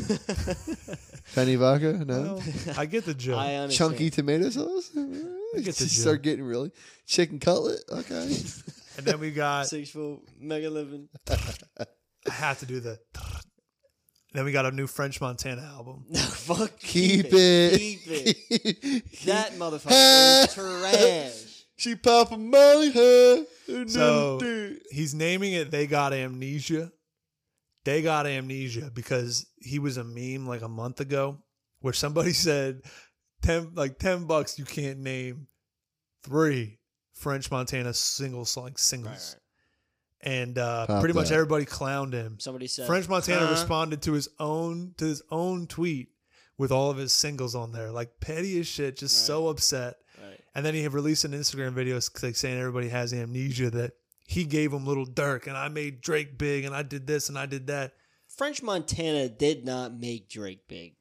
Speaker 1: Penny Vodka? No.
Speaker 4: Well, I get the joke.
Speaker 2: I uh, understand.
Speaker 1: Chunky tomato sauce?
Speaker 4: get the
Speaker 1: Just start
Speaker 4: joke.
Speaker 1: getting really chicken cutlet. Okay.
Speaker 4: and then we got
Speaker 2: six foot mega living.
Speaker 4: I have to do the. Then we got a new French Montana album.
Speaker 2: No, fuck.
Speaker 1: Keep it.
Speaker 2: Keep it. that motherfucker is trash.
Speaker 1: she pop a molly huh?
Speaker 4: So he's naming it They Got Amnesia. They Got Amnesia because he was a meme like a month ago where somebody said 10 like 10 bucks you can't name three French Montana single song singles.
Speaker 2: Right, right.
Speaker 4: and uh,
Speaker 1: Cop
Speaker 4: pretty much
Speaker 1: that.
Speaker 4: everybody clowned him.
Speaker 2: Somebody said
Speaker 4: French Montana
Speaker 2: huh?
Speaker 4: responded to his own to his own tweet with all of his singles on there, like petty as shit, just so upset.
Speaker 2: Right.
Speaker 4: And then he had released an Instagram video s- like saying everybody has amnesia that he gave him little Dirk and I made Drake big and I did this and I did that.
Speaker 2: French Montana did not make Drake big.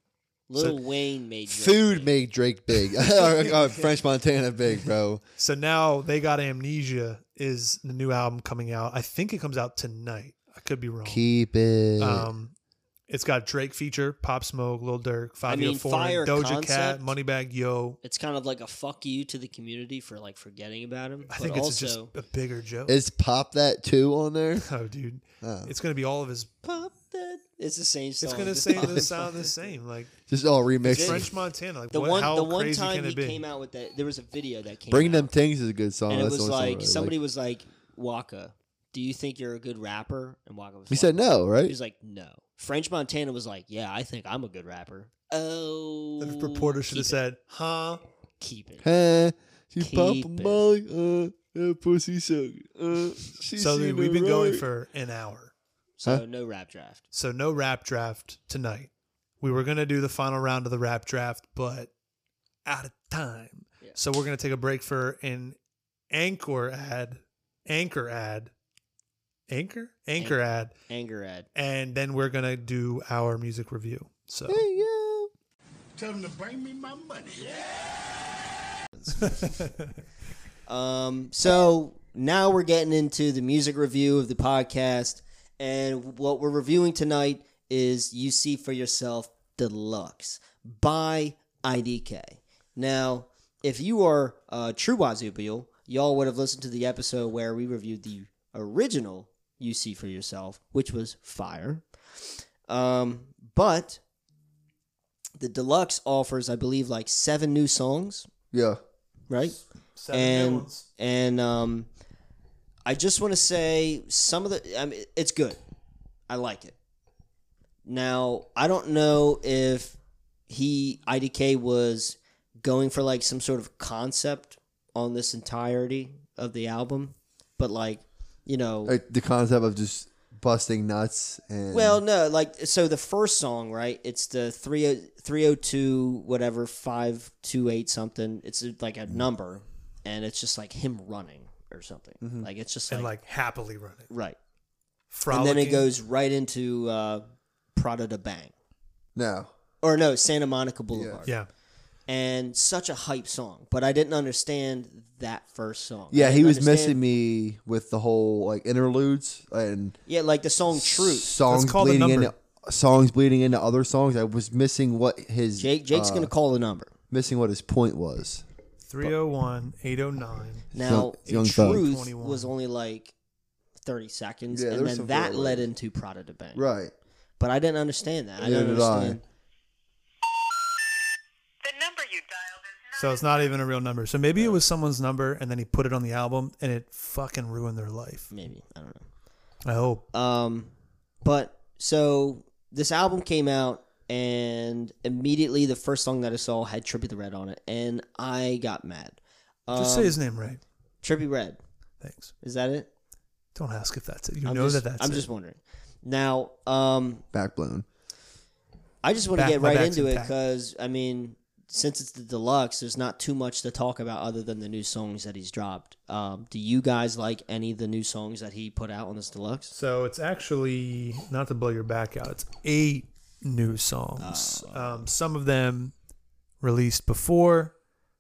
Speaker 2: Lil Wayne made Drake
Speaker 1: Food
Speaker 2: big.
Speaker 1: made Drake big. Or, uh, French Montana big, bro.
Speaker 4: So now they got amnesia is the new album coming out. I think it comes out tonight. I could be wrong.
Speaker 1: Keep it.
Speaker 4: Um, it's got Drake feature, Pop Smoke, Lil Durk, Five
Speaker 2: mean,
Speaker 4: Year Foreign,
Speaker 2: fire
Speaker 4: Doja Cat,
Speaker 2: concept.
Speaker 4: Moneybag Yo.
Speaker 2: It's kind of like a fuck you to the community for like forgetting about him.
Speaker 4: I
Speaker 2: but
Speaker 4: think it's
Speaker 2: also,
Speaker 4: just a bigger joke.
Speaker 1: Is Pop That too on there?
Speaker 4: oh, dude,
Speaker 1: Oh.
Speaker 4: it's gonna be all of his.
Speaker 2: pop that. It's the same song.
Speaker 4: It's gonna
Speaker 2: just
Speaker 4: say
Speaker 2: pop
Speaker 4: the
Speaker 2: it.
Speaker 4: sound the same, like
Speaker 1: Just all remixed.
Speaker 4: French Montana. Like
Speaker 2: The
Speaker 4: what,
Speaker 2: one,
Speaker 4: how
Speaker 2: the one
Speaker 4: crazy
Speaker 2: time
Speaker 4: can
Speaker 2: he
Speaker 4: it be?
Speaker 2: came out with that, there was a video that came.
Speaker 1: Bring
Speaker 2: out,
Speaker 1: Them Things is a good song.
Speaker 2: and it
Speaker 1: Oh, That's the
Speaker 2: was
Speaker 1: only song I
Speaker 2: like
Speaker 1: really
Speaker 2: somebody
Speaker 1: like.
Speaker 2: was like Waka, do you think you're a good rapper? And Waka was.
Speaker 1: He
Speaker 2: like,
Speaker 1: said no,
Speaker 2: He
Speaker 1: right?
Speaker 2: was like no. French Montana was like, yeah, I think I'm a good rapper. Oh,
Speaker 4: The reporter should have
Speaker 2: keep it,
Speaker 4: said, "Huh?
Speaker 2: keep it.
Speaker 1: Huh? She
Speaker 2: Keep
Speaker 1: pop
Speaker 2: it.
Speaker 1: Molly. Uh, that pussy suck. Uh, she
Speaker 4: So
Speaker 1: seen
Speaker 4: dude, we've
Speaker 1: it
Speaker 4: been going
Speaker 1: right.
Speaker 4: for an hour.
Speaker 2: So
Speaker 1: Huh?
Speaker 2: no rap draft.
Speaker 4: So no rap draft tonight. We were gonna do the final round of the rap draft, but out of time.
Speaker 2: Yeah.
Speaker 4: So we're gonna take a break for an anchor ad, anchor ad, anchor, anchor
Speaker 2: Anchor.
Speaker 4: ad,
Speaker 2: Anger ad.
Speaker 4: and then we're gonna do our music review. So
Speaker 1: Hey, yo.
Speaker 5: Tell them to bring me my money.
Speaker 2: Um, so now we're getting into the music review of the podcast, and what we're reviewing tonight is "You See for Yourself" Deluxe by IDK. Now, if you are a true Wazoopial, y'all would have listened to the episode where we reviewed the original "You See for Yourself," which was fire. Um, but the deluxe offers, I believe, like seven new songs,
Speaker 1: Yeah.
Speaker 2: right?
Speaker 4: Seven
Speaker 2: and
Speaker 4: villains.
Speaker 2: and um, I just want to say some of the. I mean, it's good. I like it. Now I don't know if he IDK was going for like some sort of concept on this entirety of the album, but like you know,
Speaker 1: Like the concept of just busting nuts and
Speaker 2: well, no, like so the first song, right? It's the oh, 30 302 whatever 528 something. It's uh, like
Speaker 1: Mm-hmm.
Speaker 2: a number and it's just like him running or something.
Speaker 1: Mm-hmm.
Speaker 2: Like it's just like,
Speaker 4: and like happily running.
Speaker 2: right.
Speaker 4: Frolicking.
Speaker 2: And then it goes right into uh Prada da Bang.
Speaker 1: no.
Speaker 2: Or no, Santa Monica Boulevard.
Speaker 4: Yeah.
Speaker 2: And such a hype song, but I didn't understand that first song. I
Speaker 1: Yeah, he
Speaker 2: didn't
Speaker 1: was missing
Speaker 2: understand-
Speaker 1: me with the whole like interludes and
Speaker 2: Yeah, like the song Truth.
Speaker 1: songs
Speaker 4: Let's call the
Speaker 1: bleeding
Speaker 4: number.
Speaker 1: into songs bleeding into other songs. I was missing what his
Speaker 2: Jake Jake's
Speaker 1: uh,
Speaker 2: going to call the number.
Speaker 1: missing what his point was.
Speaker 4: 301, 809.
Speaker 2: Now,
Speaker 1: Young Thug.
Speaker 2: Truth
Speaker 4: 21.
Speaker 2: was only like 30 seconds,
Speaker 1: Yeah, there
Speaker 2: and
Speaker 1: was
Speaker 2: then
Speaker 1: some
Speaker 2: that
Speaker 1: filler
Speaker 2: led
Speaker 1: waves.
Speaker 2: into Prada to Bang.
Speaker 1: Right.
Speaker 2: But I didn't understand that. I
Speaker 1: Neither
Speaker 2: didn't
Speaker 1: did I.
Speaker 2: understand.
Speaker 6: The number you dialed is not.
Speaker 4: So it's not even a real number. So maybe it was someone's number and then he put it on the album and it fucking ruined their life.
Speaker 2: Maybe. I don't know.
Speaker 4: I hope.
Speaker 2: Um, but so this album came out, and immediately the first song that I saw had Trippy the Red on it, and I got mad. Um,
Speaker 4: Just say his name right.
Speaker 2: Trippy Red.
Speaker 4: Thanks.
Speaker 2: Is that it?
Speaker 4: Don't ask if that's it. You
Speaker 2: I'm
Speaker 4: know
Speaker 2: just,
Speaker 4: that that's
Speaker 2: I'm
Speaker 4: it.
Speaker 2: just wondering. Now, um,
Speaker 1: Back blown.
Speaker 2: I just want to
Speaker 4: Back-
Speaker 2: get
Speaker 4: my
Speaker 2: right
Speaker 4: back's
Speaker 2: into it
Speaker 4: intact.
Speaker 2: because I mean, since it's the deluxe, there's not too much to talk about other than the new songs that he's dropped. Um, do you guys like any of the new songs that he put out on this deluxe?
Speaker 4: So it's actually not to blow your back out. It's eight new songs.
Speaker 2: Ah.
Speaker 4: um, some of them released before.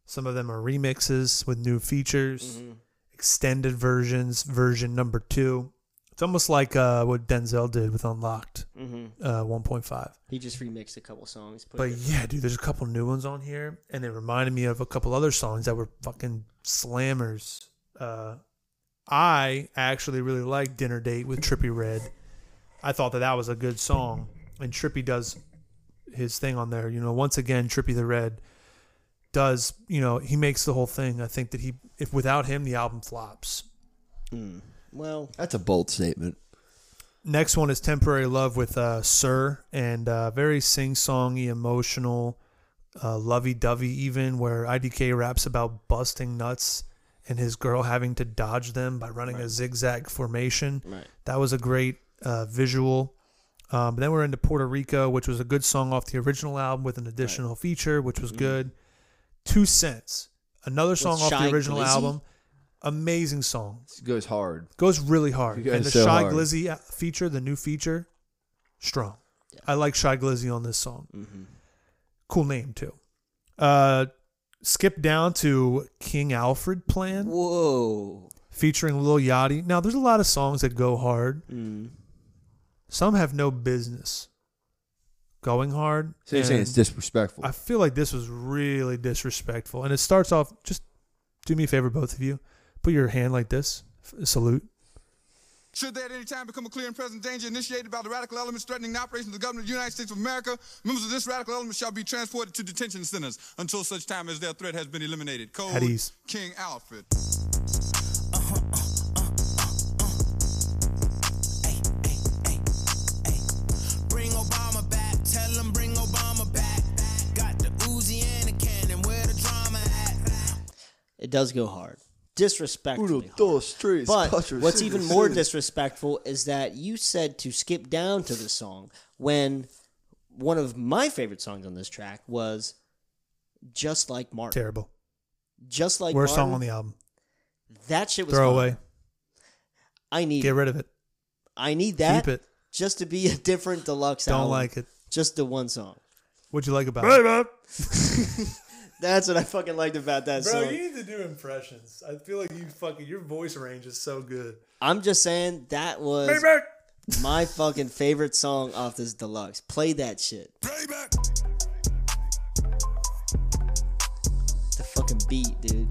Speaker 4: Some of them are remixes with new features,
Speaker 2: Mm-hmm.
Speaker 4: extended versions, version number two. It's almost like uh, what Denzel did with Unlocked
Speaker 2: Mm-hmm.
Speaker 4: uh, 1.5.
Speaker 2: He just remixed a couple songs. Put
Speaker 4: But
Speaker 2: it-
Speaker 4: yeah, dude, there's a couple new ones on here, and it reminded me of a couple other songs that were fucking slammers. Uh, I actually really like "Dinner Date" with Trippy Red. I thought that that was a good song, and Trippy does his thing on there. You know, once again, Trippy the Red does. You know, he makes the whole thing. I think that he, if without him, the album flops.
Speaker 2: well,
Speaker 1: That's a bold statement.
Speaker 4: Next one is Temporary Love with uh, Sir and uh, very sing songy, emotional, uh, lovey dovey, even where IDK raps about busting nuts and his girl having to dodge them by running a zigzag formation.
Speaker 2: Right.
Speaker 4: That was a great uh, visual. Um, then we're into Puerto Rico, which was a good song off the original album with an additional feature, which
Speaker 2: Mm-hmm.
Speaker 4: was good. Two Cents, another song off
Speaker 2: Shy
Speaker 4: the original
Speaker 2: Glizzy?
Speaker 4: album. Amazing song.
Speaker 1: It goes hard.
Speaker 4: Goes really hard.
Speaker 1: goes
Speaker 4: And the
Speaker 1: so
Speaker 4: Shy
Speaker 1: hard.
Speaker 4: Glizzy uh, feature, the new feature, strong. I like Shy Glizzy on this song.
Speaker 1: Mm-hmm.
Speaker 4: Cool name, too. Uh, skip down to King Alfred Plan
Speaker 2: Whoa.
Speaker 4: featuring Lil Yachty. Now, there's a lot of songs that go hard.
Speaker 2: Mm.
Speaker 4: Some have no business going hard.
Speaker 1: So you're saying it's
Speaker 4: and-
Speaker 1: disrespectful?
Speaker 4: I feel like this was really disrespectful. And it starts off just do me a favor, both of you. Put your hand like this. F- salute.
Speaker 7: Should they at any time become a clear and present danger initiated by the radical elements threatening the operations of the government of the United States of America, members of this radical element shall be transported to detention centers until such time as their threat has been eliminated. Code
Speaker 4: At ease.
Speaker 7: King Alfred.
Speaker 5: Bring Obama back. Tell him bring Obama back. Got the Uzi and the cannon. Where the drama at?
Speaker 2: It does go hard. Disrespectful.
Speaker 1: three.
Speaker 2: But what's even more disrespectful is that you said to skip down to the song when one of my favorite songs on this track was Just Like Martin.
Speaker 4: Terrible.
Speaker 2: Just Like
Speaker 4: Worst
Speaker 2: Martin.
Speaker 4: song on the album.
Speaker 2: That shit was
Speaker 4: Throw
Speaker 2: fun.
Speaker 4: away.
Speaker 2: I need
Speaker 4: Get rid of it.
Speaker 2: I need that
Speaker 4: Keep it.
Speaker 2: just to be a different deluxe
Speaker 4: Don't
Speaker 2: album.
Speaker 4: like it.
Speaker 2: Just the one song.
Speaker 4: What'd you like about it?
Speaker 2: That's what I fucking liked about that song.
Speaker 4: need to do impressions. I feel like you fucking your voice range is so good.
Speaker 2: I'm just saying that was my fucking favorite song off this deluxe. Play that shit.
Speaker 5: Playback.
Speaker 2: The fucking beat, dude.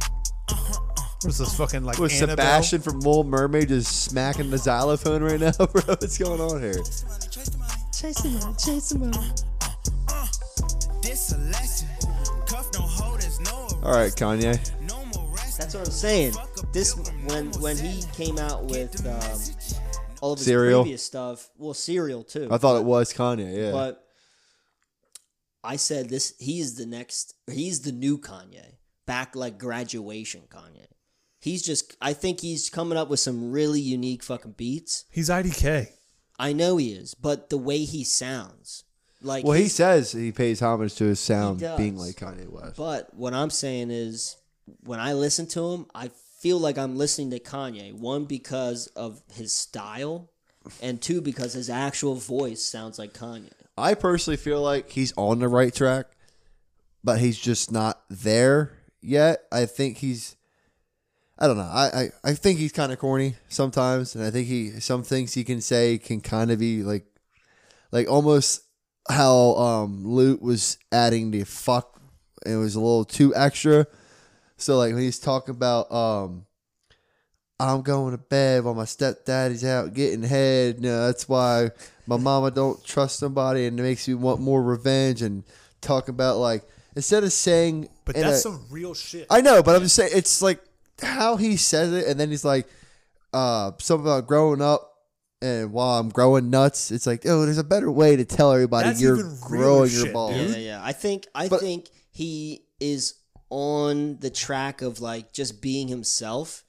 Speaker 4: What's this fucking like?
Speaker 1: Was
Speaker 4: Annabelle?
Speaker 1: Sebastian from Mole Mermaid just smacking the xylophone right now, bro? What's going on here?
Speaker 5: This a lesson. Cuff don't hold us. No,
Speaker 1: All right, Kanye.
Speaker 5: no more rest.
Speaker 2: That's what I'm saying. This when when he came out with um, all of his
Speaker 1: Cereal.
Speaker 2: previous stuff. Well, cereal too.
Speaker 1: I thought it was Kanye. Yeah.
Speaker 2: but I said this. He's the next. He's the new Kanye. Back like graduation Kanye. He's just. I think he's coming up with some really unique fucking beats.
Speaker 4: He's IDK.
Speaker 2: I know he is, but the way he sounds, like
Speaker 1: well, he
Speaker 2: his-
Speaker 1: says he pays homage to his sound
Speaker 2: does.
Speaker 1: being like Kanye West.
Speaker 2: But what I'm saying is, when I listen to him, I feel like I'm listening to Kanye. One because of his style, and two because his actual voice sounds like Kanye.
Speaker 1: I personally feel like he's on the right track, but he's just not there yet. I think he's, I don't know. I, I, I think he's kind of corny sometimes, and I think he some things he can say can kind of be like, like almost how um Lute was adding the fuck, and it was a little too extra. So like when he's talking about um. I'm going to bed while my stepdaddy's out getting head. No, that's why my mama don't trust somebody, and it makes me want more revenge. And talking about like instead of saying,
Speaker 4: But
Speaker 1: in
Speaker 4: that's
Speaker 1: a-
Speaker 4: some real shit.
Speaker 1: I know, but I'm just saying it's like how he says it, and then he's like, uh, something about growing up, and while I'm growing nuts, it's like, oh, there's a better way to tell everybody
Speaker 4: That's
Speaker 1: you're
Speaker 4: even realer
Speaker 1: growing your
Speaker 4: shit,
Speaker 1: balls.
Speaker 2: Yeah, yeah, yeah. I think I
Speaker 1: But-
Speaker 2: think he is on the track of like just being himself,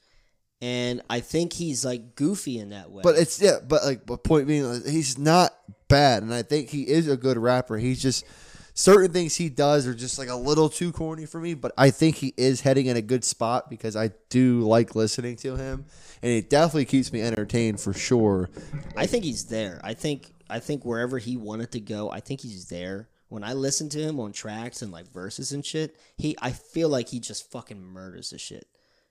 Speaker 2: and I think he's like goofy in that way.
Speaker 1: But it's yeah, but like my point being, like, he's not bad, and I think he is a good rapper. He's just certain things he does are just like a little too corny for me. But I think he is heading in a good spot because I do like listening to him, and it definitely keeps me entertained for sure.
Speaker 2: I think he's there. I think I think wherever he wanted to go, I think he's there. When I listen to him on tracks and like verses and shit, he I feel like he just fucking murders the shit.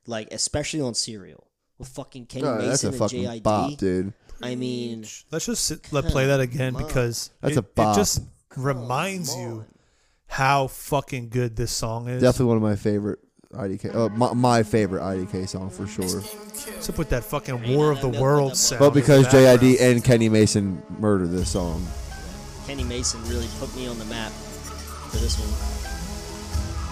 Speaker 2: Like especially on Serial with fucking Kenny
Speaker 1: Oh, that's
Speaker 2: Mason
Speaker 1: a
Speaker 2: and
Speaker 1: fucking
Speaker 2: JID.
Speaker 1: bop, dude.
Speaker 2: I mean,
Speaker 4: Let's just sit, let play that again because
Speaker 1: That's
Speaker 4: it,
Speaker 1: a bop.
Speaker 4: it just reminds you how fucking good this song is.
Speaker 1: Definitely one of my favorite IDK, uh, my, my favorite IDK song for sure.
Speaker 4: Except with that fucking War of the Worlds sound.
Speaker 1: But because
Speaker 4: in the background.
Speaker 1: JID and Kenny Mason murdered this song,
Speaker 2: Kenny Mason really put me on the map for this one.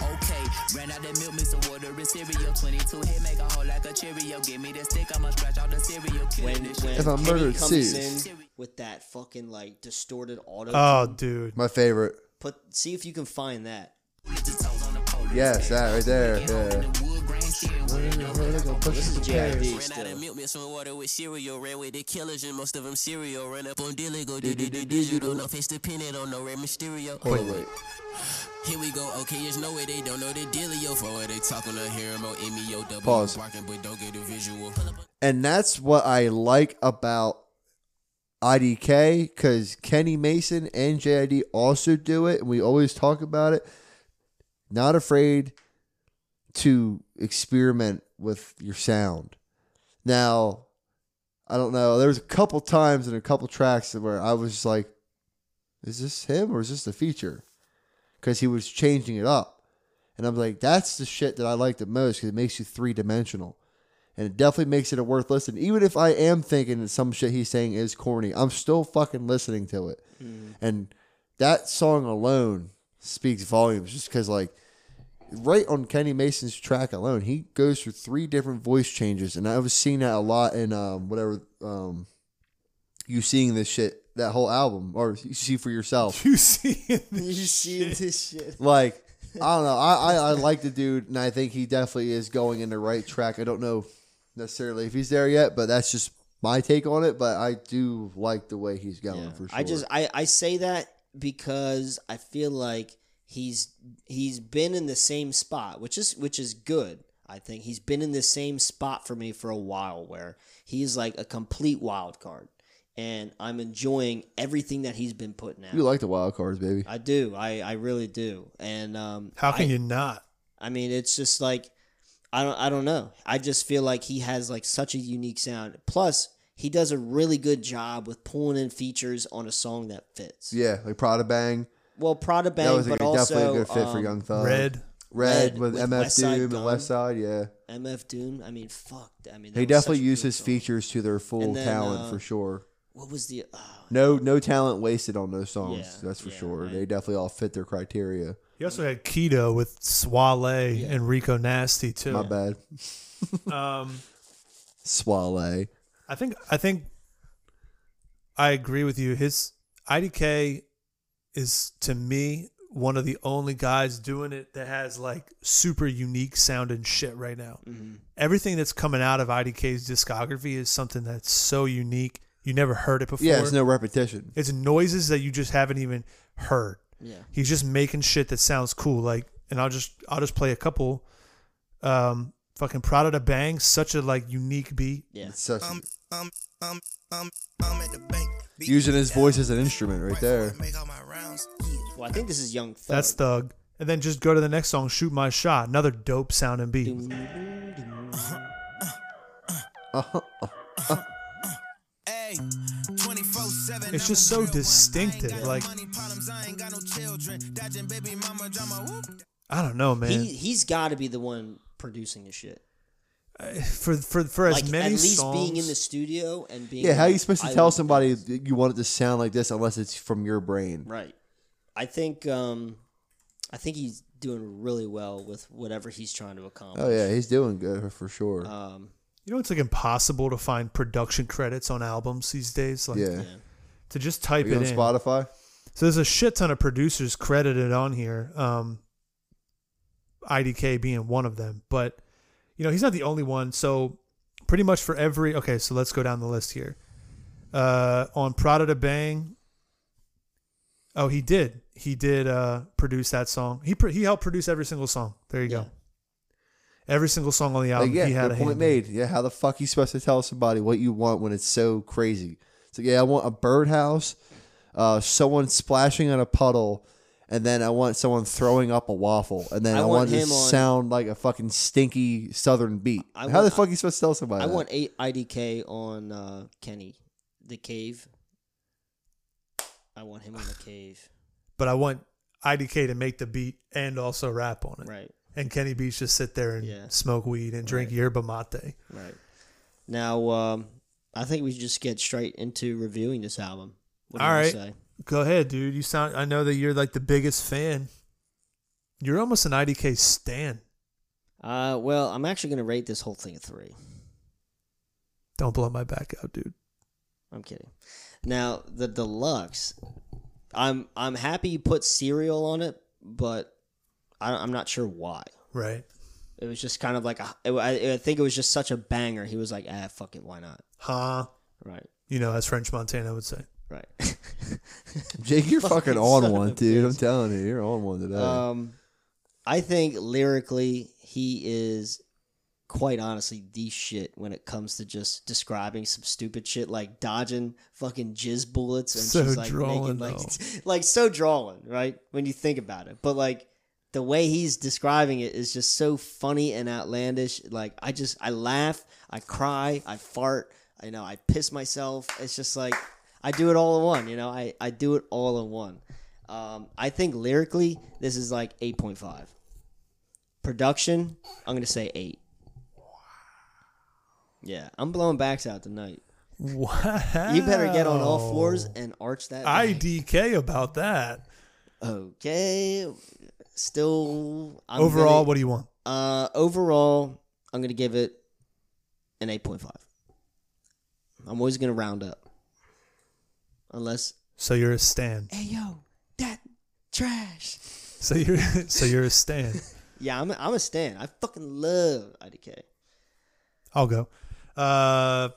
Speaker 8: Okay, ran out that milk, mix some water and cereal. 22 hit, make a hole like a Cheerio. Give me the stick, I'ma scratch out the cereal.
Speaker 2: When
Speaker 8: Killing this
Speaker 2: when
Speaker 1: If I
Speaker 2: Kenny
Speaker 1: murdered
Speaker 2: comes
Speaker 1: Seuss.
Speaker 2: in with that fucking like distorted auto,
Speaker 4: Oh, dude.
Speaker 1: my favorite.
Speaker 2: put see if you can find that.
Speaker 8: shit, the toes on the pole.
Speaker 1: Yes, that right there. Yeah.
Speaker 8: Wood grain
Speaker 2: This is JID
Speaker 8: Ran out of
Speaker 2: still.
Speaker 8: milk, mixed some water with cereal. Ran with the killers and most of them cereal. Ran up on Dilly, go do do do digital. No face dependent on no red Mysterio. Oh,
Speaker 1: Hold on, wait.
Speaker 8: Here we go, okay, it's no way they don't know the dealio. For what they talking, I hear 'em on MEO double.
Speaker 1: Pause.
Speaker 8: Barking, but don't get a visual.
Speaker 1: And that's what I like about IDK because Kenny Mason and JID also do it. And we always talk about it. Not afraid to experiment with your sound. Now, I don't know. There was a couple times in a couple tracks where I was just like, is this him or is this the feature? Because he was changing it up. And I'm like, that's the shit that I like the most because it makes you three dimensional and it definitely makes it a worth listen. Even if I am thinking that some shit he's saying is corny, I'm still fucking listening to it. And that song alone speaks volumes just because, like, right on Kenny Mason's track alone, he goes through three different voice changes. And I was seeing that a lot in um, whatever um, you seeing this shit, that whole album, or you see for yourself.
Speaker 4: You see,
Speaker 2: You see this shit.
Speaker 1: like, I don't know. I, I, I like the dude, and I think he definitely is going in the right track. I don't know necessarily if he's there yet, but that's just my take on it. But I do like the way he's going
Speaker 2: Yeah.
Speaker 1: for sure.
Speaker 2: I just I, I say that because I feel like he's he's been in the same spot, which is which is good. I think he's been in the same spot for me for a while where he's like a complete wild card. And I'm enjoying everything that he's been putting out.
Speaker 1: you like the wild cards, baby.
Speaker 2: I do. I, I really do. And um
Speaker 4: how
Speaker 2: I-
Speaker 4: can you not?
Speaker 2: I mean, it's just like I don't I don't know. I just feel like he has like such a unique sound. Plus, he does a really good job with pulling in features on a song that fits.
Speaker 1: yeah, like Prada Bang.
Speaker 2: Well, Prada Bang,
Speaker 1: that was a,
Speaker 2: but
Speaker 1: good-
Speaker 2: also
Speaker 1: definitely a good fit for
Speaker 2: um,
Speaker 1: Young Thug.
Speaker 4: Red.
Speaker 1: Red,
Speaker 2: Red
Speaker 1: with,
Speaker 2: with
Speaker 1: MF
Speaker 2: West Side
Speaker 1: Doom and
Speaker 2: Gun.
Speaker 1: West Side. Yeah,
Speaker 2: MF Doom. I mean, fuck. I mean, that
Speaker 1: he
Speaker 2: was
Speaker 1: definitely
Speaker 2: such a
Speaker 1: used
Speaker 2: good
Speaker 1: his
Speaker 2: song.
Speaker 1: features to their full
Speaker 2: And then,
Speaker 1: talent
Speaker 2: uh,
Speaker 1: for sure.
Speaker 2: What was the? Oh,
Speaker 1: No, no talent wasted on those songs.
Speaker 2: Yeah,
Speaker 1: that's for
Speaker 2: yeah,
Speaker 1: sure.
Speaker 2: I-
Speaker 1: They definitely all fit their criteria.
Speaker 4: He also had Keto with Swale and Rico Nasty too.
Speaker 1: My bad,
Speaker 4: Um,
Speaker 1: Swale.
Speaker 4: I think I think I agree with you. His IDK is to me one of the only guys doing it that has like super unique sounding shit right now.
Speaker 1: Mm-hmm.
Speaker 4: Everything that's coming out of IDK's discography is something that's so unique. You never heard it before.
Speaker 1: Yeah, it's no repetition.
Speaker 4: It's noises that you just haven't even heard.
Speaker 2: Yeah.
Speaker 4: He's just making shit that sounds cool. Like, and I'll just I'll just play a couple. Um, fucking proud of the bang, such a like unique beat.
Speaker 2: Yeah.
Speaker 1: It's such-
Speaker 5: Um, um, um, I'm at the bank.
Speaker 1: using his voice as an instrument right there.
Speaker 5: Make all my rounds.
Speaker 2: Well, I think this is Young Thug.
Speaker 4: That's Thug. And then just go to the next song, Shoot My Shot. Another dope sounding beat.
Speaker 2: Uh-huh,
Speaker 5: Hey, 24 7.
Speaker 4: It's just so distinctive. Like, I don't know, man.
Speaker 2: he. He's got to be the one producing the shit.
Speaker 4: for for for as
Speaker 2: Like
Speaker 4: many
Speaker 2: at least
Speaker 4: songs,
Speaker 2: being in the studio and being.
Speaker 1: Yeah, how are
Speaker 2: like,
Speaker 1: you supposed to
Speaker 2: I
Speaker 1: tell
Speaker 2: love
Speaker 1: somebody
Speaker 2: this.
Speaker 1: that you want it to sound like this unless it's from your brain?
Speaker 2: Right. I think. Um, I think he's doing really well with whatever he's trying to accomplish.
Speaker 1: Oh yeah, he's doing good for sure.
Speaker 2: Um,
Speaker 4: you know, it's like impossible to find production credits on albums these days. Like,
Speaker 1: yeah,
Speaker 4: to just type
Speaker 1: Are you
Speaker 4: it
Speaker 1: on
Speaker 4: in.
Speaker 1: Spotify?
Speaker 4: So there's a shit ton of producers credited on here. Um, IDK being one of them, but you know he's not the only one. So pretty much for every okay, so let's go down the list here. Uh, on Prada to Bang. Oh, he did. He did uh, produce that song. He pr- he helped produce every single song. There you
Speaker 2: Yeah.
Speaker 4: go. Every single song on the album,
Speaker 1: Like, yeah,
Speaker 4: he had
Speaker 1: good
Speaker 4: a
Speaker 1: point
Speaker 4: hand in.
Speaker 1: made. Yeah, how the fuck you supposed to tell somebody what you want when it's so crazy? So yeah, I want a birdhouse, uh, someone splashing on a puddle, and then I want someone throwing up a waffle, and then I,
Speaker 2: I
Speaker 1: want,
Speaker 2: want
Speaker 1: it
Speaker 2: him
Speaker 1: to
Speaker 2: on-
Speaker 1: sound like a fucking stinky southern beat.
Speaker 2: I
Speaker 1: how the
Speaker 2: want-
Speaker 1: fuck you supposed to tell somebody?
Speaker 2: I
Speaker 1: that?
Speaker 2: want eight IDK on uh, Kenny, the cave. I want him on the cave.
Speaker 4: But I want IDK to make the beat and also rap on it.
Speaker 2: Right,
Speaker 4: and Kenny Beach just sit there and
Speaker 2: Yeah.
Speaker 4: smoke weed and drink yerba mate.
Speaker 2: right. Now, um, I think we should just get straight into reviewing this album. What do
Speaker 4: All
Speaker 2: you
Speaker 4: right.
Speaker 2: say?
Speaker 4: Go ahead, dude. You sound. I know that you're like the biggest fan. You're almost an IDK stan.
Speaker 2: Uh, well, I'm actually going to rate this whole thing a three.
Speaker 4: Don't blow my back out, dude.
Speaker 2: I'm kidding. Now, the deluxe, I'm I'm happy you put cereal on it, but I, I'm not sure why.
Speaker 4: Right.
Speaker 2: It was just kind of like a. it wa- I I think it was just such a banger. He was like, ah, fuck it, why not?
Speaker 4: Huh?
Speaker 2: Right,
Speaker 4: You know, as French Montana would say.
Speaker 2: right.
Speaker 1: Jake, you're fucking,
Speaker 2: Fucking son
Speaker 1: on
Speaker 2: of
Speaker 1: one,
Speaker 2: a
Speaker 1: dude. I'm
Speaker 2: bitch.
Speaker 1: telling you, you're on one today.
Speaker 2: Um, I think lyrically, he is quite honestly the shit when it comes to just describing some stupid shit like dodging fucking jizz bullets and
Speaker 4: So
Speaker 2: she's like
Speaker 4: drawling,
Speaker 2: making like
Speaker 4: though.
Speaker 2: like so drawling, right? When you think about it, but like the way he's describing it is just so funny and outlandish. Like I just I laugh, I cry, I fart, you know, I piss myself. It's just like I do it all in one, you know. I I do it all in one. Um, I think lyrically, this is like eight point five. Production, I'm gonna say eight. Yeah, I'm blowing backs out tonight.
Speaker 4: Wow.
Speaker 2: You better get on all fours and arch that. back.
Speaker 4: IDK about that.
Speaker 2: Okay. Still. I'm
Speaker 4: Overall,
Speaker 2: gonna-
Speaker 4: what do you want?
Speaker 2: Uh, overall, I'm gonna give it an 8.5. I'm always gonna round up, unless.
Speaker 4: So you're a stan.
Speaker 2: Hey yo, that trash.
Speaker 4: So you're so you're a stan.
Speaker 2: Yeah, I'm. A, I'm a stan. I fucking love IDK.
Speaker 4: I'll go. Uh,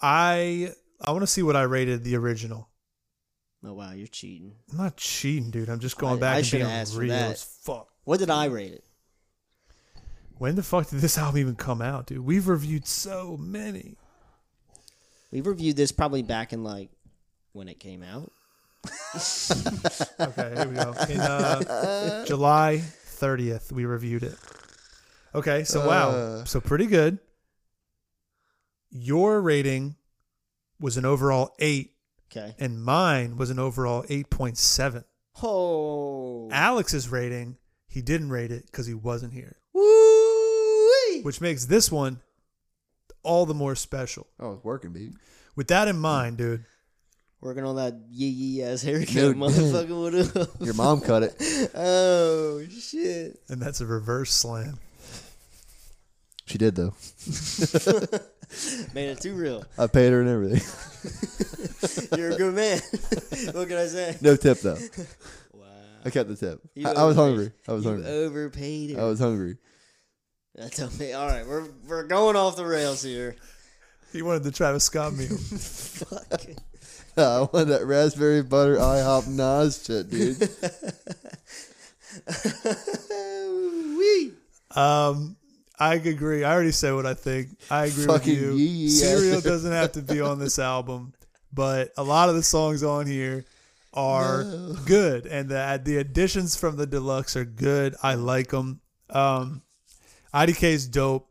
Speaker 4: I I want to see what I rated the original.
Speaker 2: Oh wow, you're cheating.
Speaker 4: I'm not cheating, dude. I'm just going
Speaker 2: I-
Speaker 4: back
Speaker 2: I
Speaker 4: and
Speaker 2: should've
Speaker 4: being
Speaker 2: asked for
Speaker 4: real
Speaker 2: that.
Speaker 4: as fuck.
Speaker 2: What did I rate it?
Speaker 4: When the fuck did this album even come out, dude? We've reviewed so many.
Speaker 2: We reviewed this probably back in like when it came out.
Speaker 4: Okay, here we go. In, uh, July 30th, we reviewed it. Okay, so wow.
Speaker 1: Uh.
Speaker 4: So pretty good. Your rating was an overall 8,
Speaker 2: Okay.
Speaker 4: and mine was an overall 8.7.
Speaker 2: Oh.
Speaker 4: Alex's rating, he didn't rate it because he wasn't here,
Speaker 2: Woo!
Speaker 4: which makes this one all the more special.
Speaker 1: oh, it's working, baby.
Speaker 4: With that in mind, dude,
Speaker 2: Working on that yee yee ass haircut,
Speaker 1: No,
Speaker 2: motherfucker. What up?
Speaker 1: Your mom cut it.
Speaker 2: Oh shit!
Speaker 4: and that's a reverse slam.
Speaker 1: She did though.
Speaker 2: Made it too real.
Speaker 1: I paid her and everything.
Speaker 2: You're a good man. what can I say?
Speaker 1: No tip though.
Speaker 2: Wow.
Speaker 1: I kept the tip.
Speaker 2: You
Speaker 1: I, I was
Speaker 2: overpaid-
Speaker 1: hungry. I was
Speaker 2: you
Speaker 1: hungry.
Speaker 2: Overpaid it.
Speaker 1: I was hungry.
Speaker 2: That's okay. All right, we're we're going off the rails here.
Speaker 4: He wanted the Travis Scott meal.
Speaker 2: Fuck.
Speaker 1: I want that raspberry butter IHOP Nas shit, dude.
Speaker 2: Wee.
Speaker 4: Um, I agree. I already said what I think. I agree
Speaker 1: Fucking
Speaker 4: with you.
Speaker 1: yee-yee ass.
Speaker 4: Serial doesn't have to be on this album, but a lot of the songs on here are good, and the the additions from the deluxe are good. I like them. Um, IDK is dope.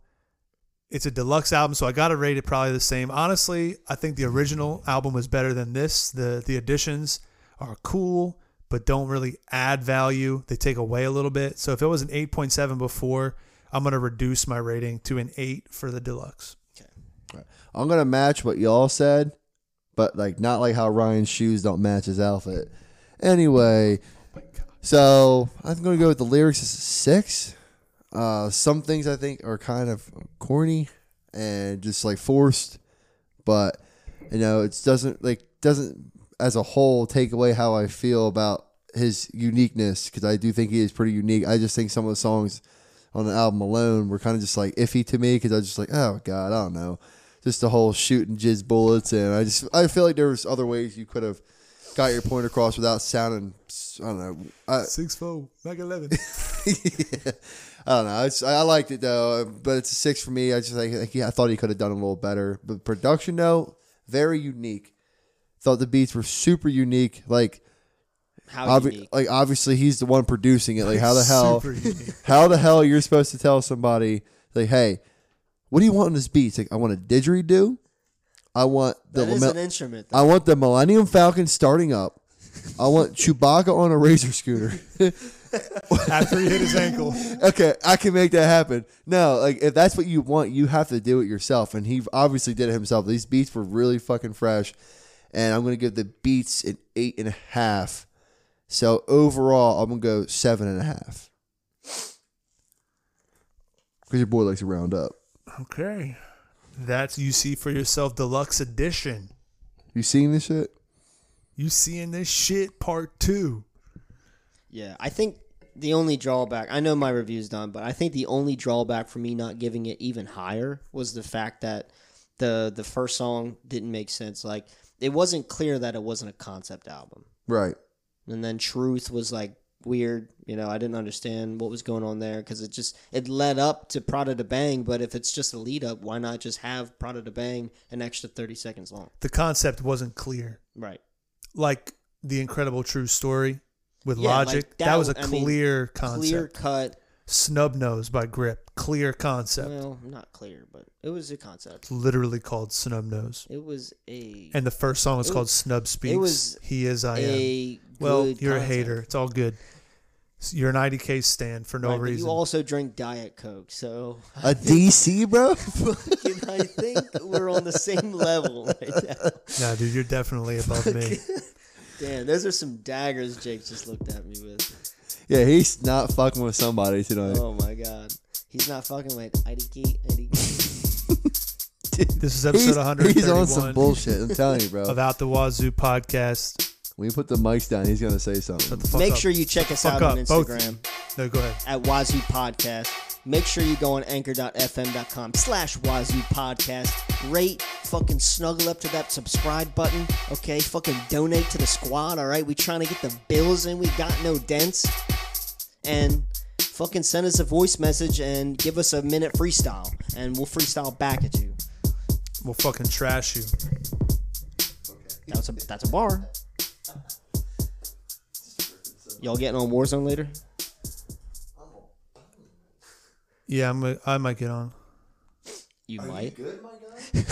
Speaker 4: It's a deluxe album, so I gotta rate it probably the same. Honestly, I think the original album was better than this. The the additions are cool, but don't really add value. They take away a little bit. So if it was an eight point seven before, I'm gonna reduce my rating to an eight for the deluxe.
Speaker 1: I'm gonna match what y'all said, but like not like how Ryan's shoes don't match his outfit. Anyway, so I'm gonna go with the lyrics as a six. Uh, some things I think are kind of corny and just like forced, but you know it doesn't like doesn't as a whole take away how I feel about his uniqueness because I do think he is pretty unique. I just think some of the songs on the album alone were kind of just like iffy to me because I was just like, oh god, I don't know, just the whole shooting jizz bullets, and I just I feel like there was other ways you could have got your point across without sounding I don't know I,
Speaker 4: Six four, like eleven.
Speaker 1: I don't know. It's, I I liked it though, um, but it's a six for me. I just like, like, yeah, I thought he could have done a little better. But production though, very unique. Thought the beats were super unique. Like,
Speaker 2: How
Speaker 1: obvi-
Speaker 2: unique.
Speaker 1: like obviously he's the one producing it. Like, how the hell?
Speaker 4: Super unique.
Speaker 1: How the hell you're supposed to tell somebody like, hey, what do you want in this beat? It's like, I want a didgeridoo. I want the
Speaker 2: That is
Speaker 1: lamel-
Speaker 2: an instrument. Though.
Speaker 1: I want the Millennium Falcon starting up. I want Chewbacca on a razor scooter.
Speaker 4: After he hit his ankle,
Speaker 1: okay, I can make that happen. No, like if that's what you want, you have to do it yourself. And he obviously did it himself. These beats were really fucking fresh. And I'm gonna give the beats an eight and a half. So overall, I'm gonna go seven and a half. Because your boy likes to round up.
Speaker 4: okay. That's you see for yourself deluxe edition.
Speaker 1: You seen this shit?
Speaker 4: You seeing this shit part two?
Speaker 2: Yeah, I think the only drawback. I know my review's done, but I think the only drawback for me not giving it even higher was the fact that the the first song didn't make sense. Like it wasn't clear that it wasn't a concept album.
Speaker 1: Right.
Speaker 2: and then truth was like weird you know i didn't understand what was going on there because it just it led up to prada to bang but if it's just a lead up why not just have prada to bang an extra 30 seconds long
Speaker 4: The concept wasn't clear.
Speaker 2: right
Speaker 4: Like the incredible true story with
Speaker 2: Yeah, like,
Speaker 4: Logic. that, was a
Speaker 2: I mean,
Speaker 4: clear concept.
Speaker 2: clear cut
Speaker 4: Snub Nose by Grip. Clear concept.
Speaker 2: well not clear but it was a concept
Speaker 4: Literally called Snub Nose.
Speaker 2: it was a
Speaker 4: And the first song is
Speaker 2: It
Speaker 4: called
Speaker 2: was-
Speaker 4: Snub Speaks.
Speaker 2: was
Speaker 4: he is I am.
Speaker 2: a
Speaker 4: Well,
Speaker 2: good
Speaker 4: you're
Speaker 2: concept.
Speaker 4: a hater. It's all good. You're an IDK stand for no
Speaker 2: Right, but
Speaker 4: reason.
Speaker 2: you also drink diet coke so
Speaker 1: A DC, bro?
Speaker 2: i think we're on the same level right now
Speaker 4: nah, dude, you're definitely above me.
Speaker 2: damn those are some daggers jake just looked at me with
Speaker 1: yeah, he's not fucking with somebody tonight.
Speaker 2: Oh my god. He's not fucking with IDK, IDK.
Speaker 4: This is
Speaker 1: he's,
Speaker 4: episode 131
Speaker 1: he's on some bullshit. I'm telling you,
Speaker 4: of
Speaker 1: bro.
Speaker 4: Out the Wazoo podcast.
Speaker 1: When you put the mics down, he's gonna say something.
Speaker 4: Shut the fuck
Speaker 2: Make
Speaker 4: up.
Speaker 2: sure you check us
Speaker 4: Fuck
Speaker 2: out on
Speaker 4: up, both.
Speaker 2: Instagram
Speaker 4: No, go ahead.
Speaker 2: at Wazoo Podcast. Make sure you go on anchor.fm.com slash Wazoo Podcast. Rate, fucking snuggle up to that subscribe button, okay? Fucking donate to the squad, all right? We trying to get the bills in. We got no dents. And fucking send us a voice message and give us a minute freestyle, and we'll freestyle back at you.
Speaker 4: We'll fucking trash you.
Speaker 2: That's a that's a bar. Y'all getting on Warzone later?
Speaker 4: Yeah, I'm. A, I might get on.
Speaker 2: You might.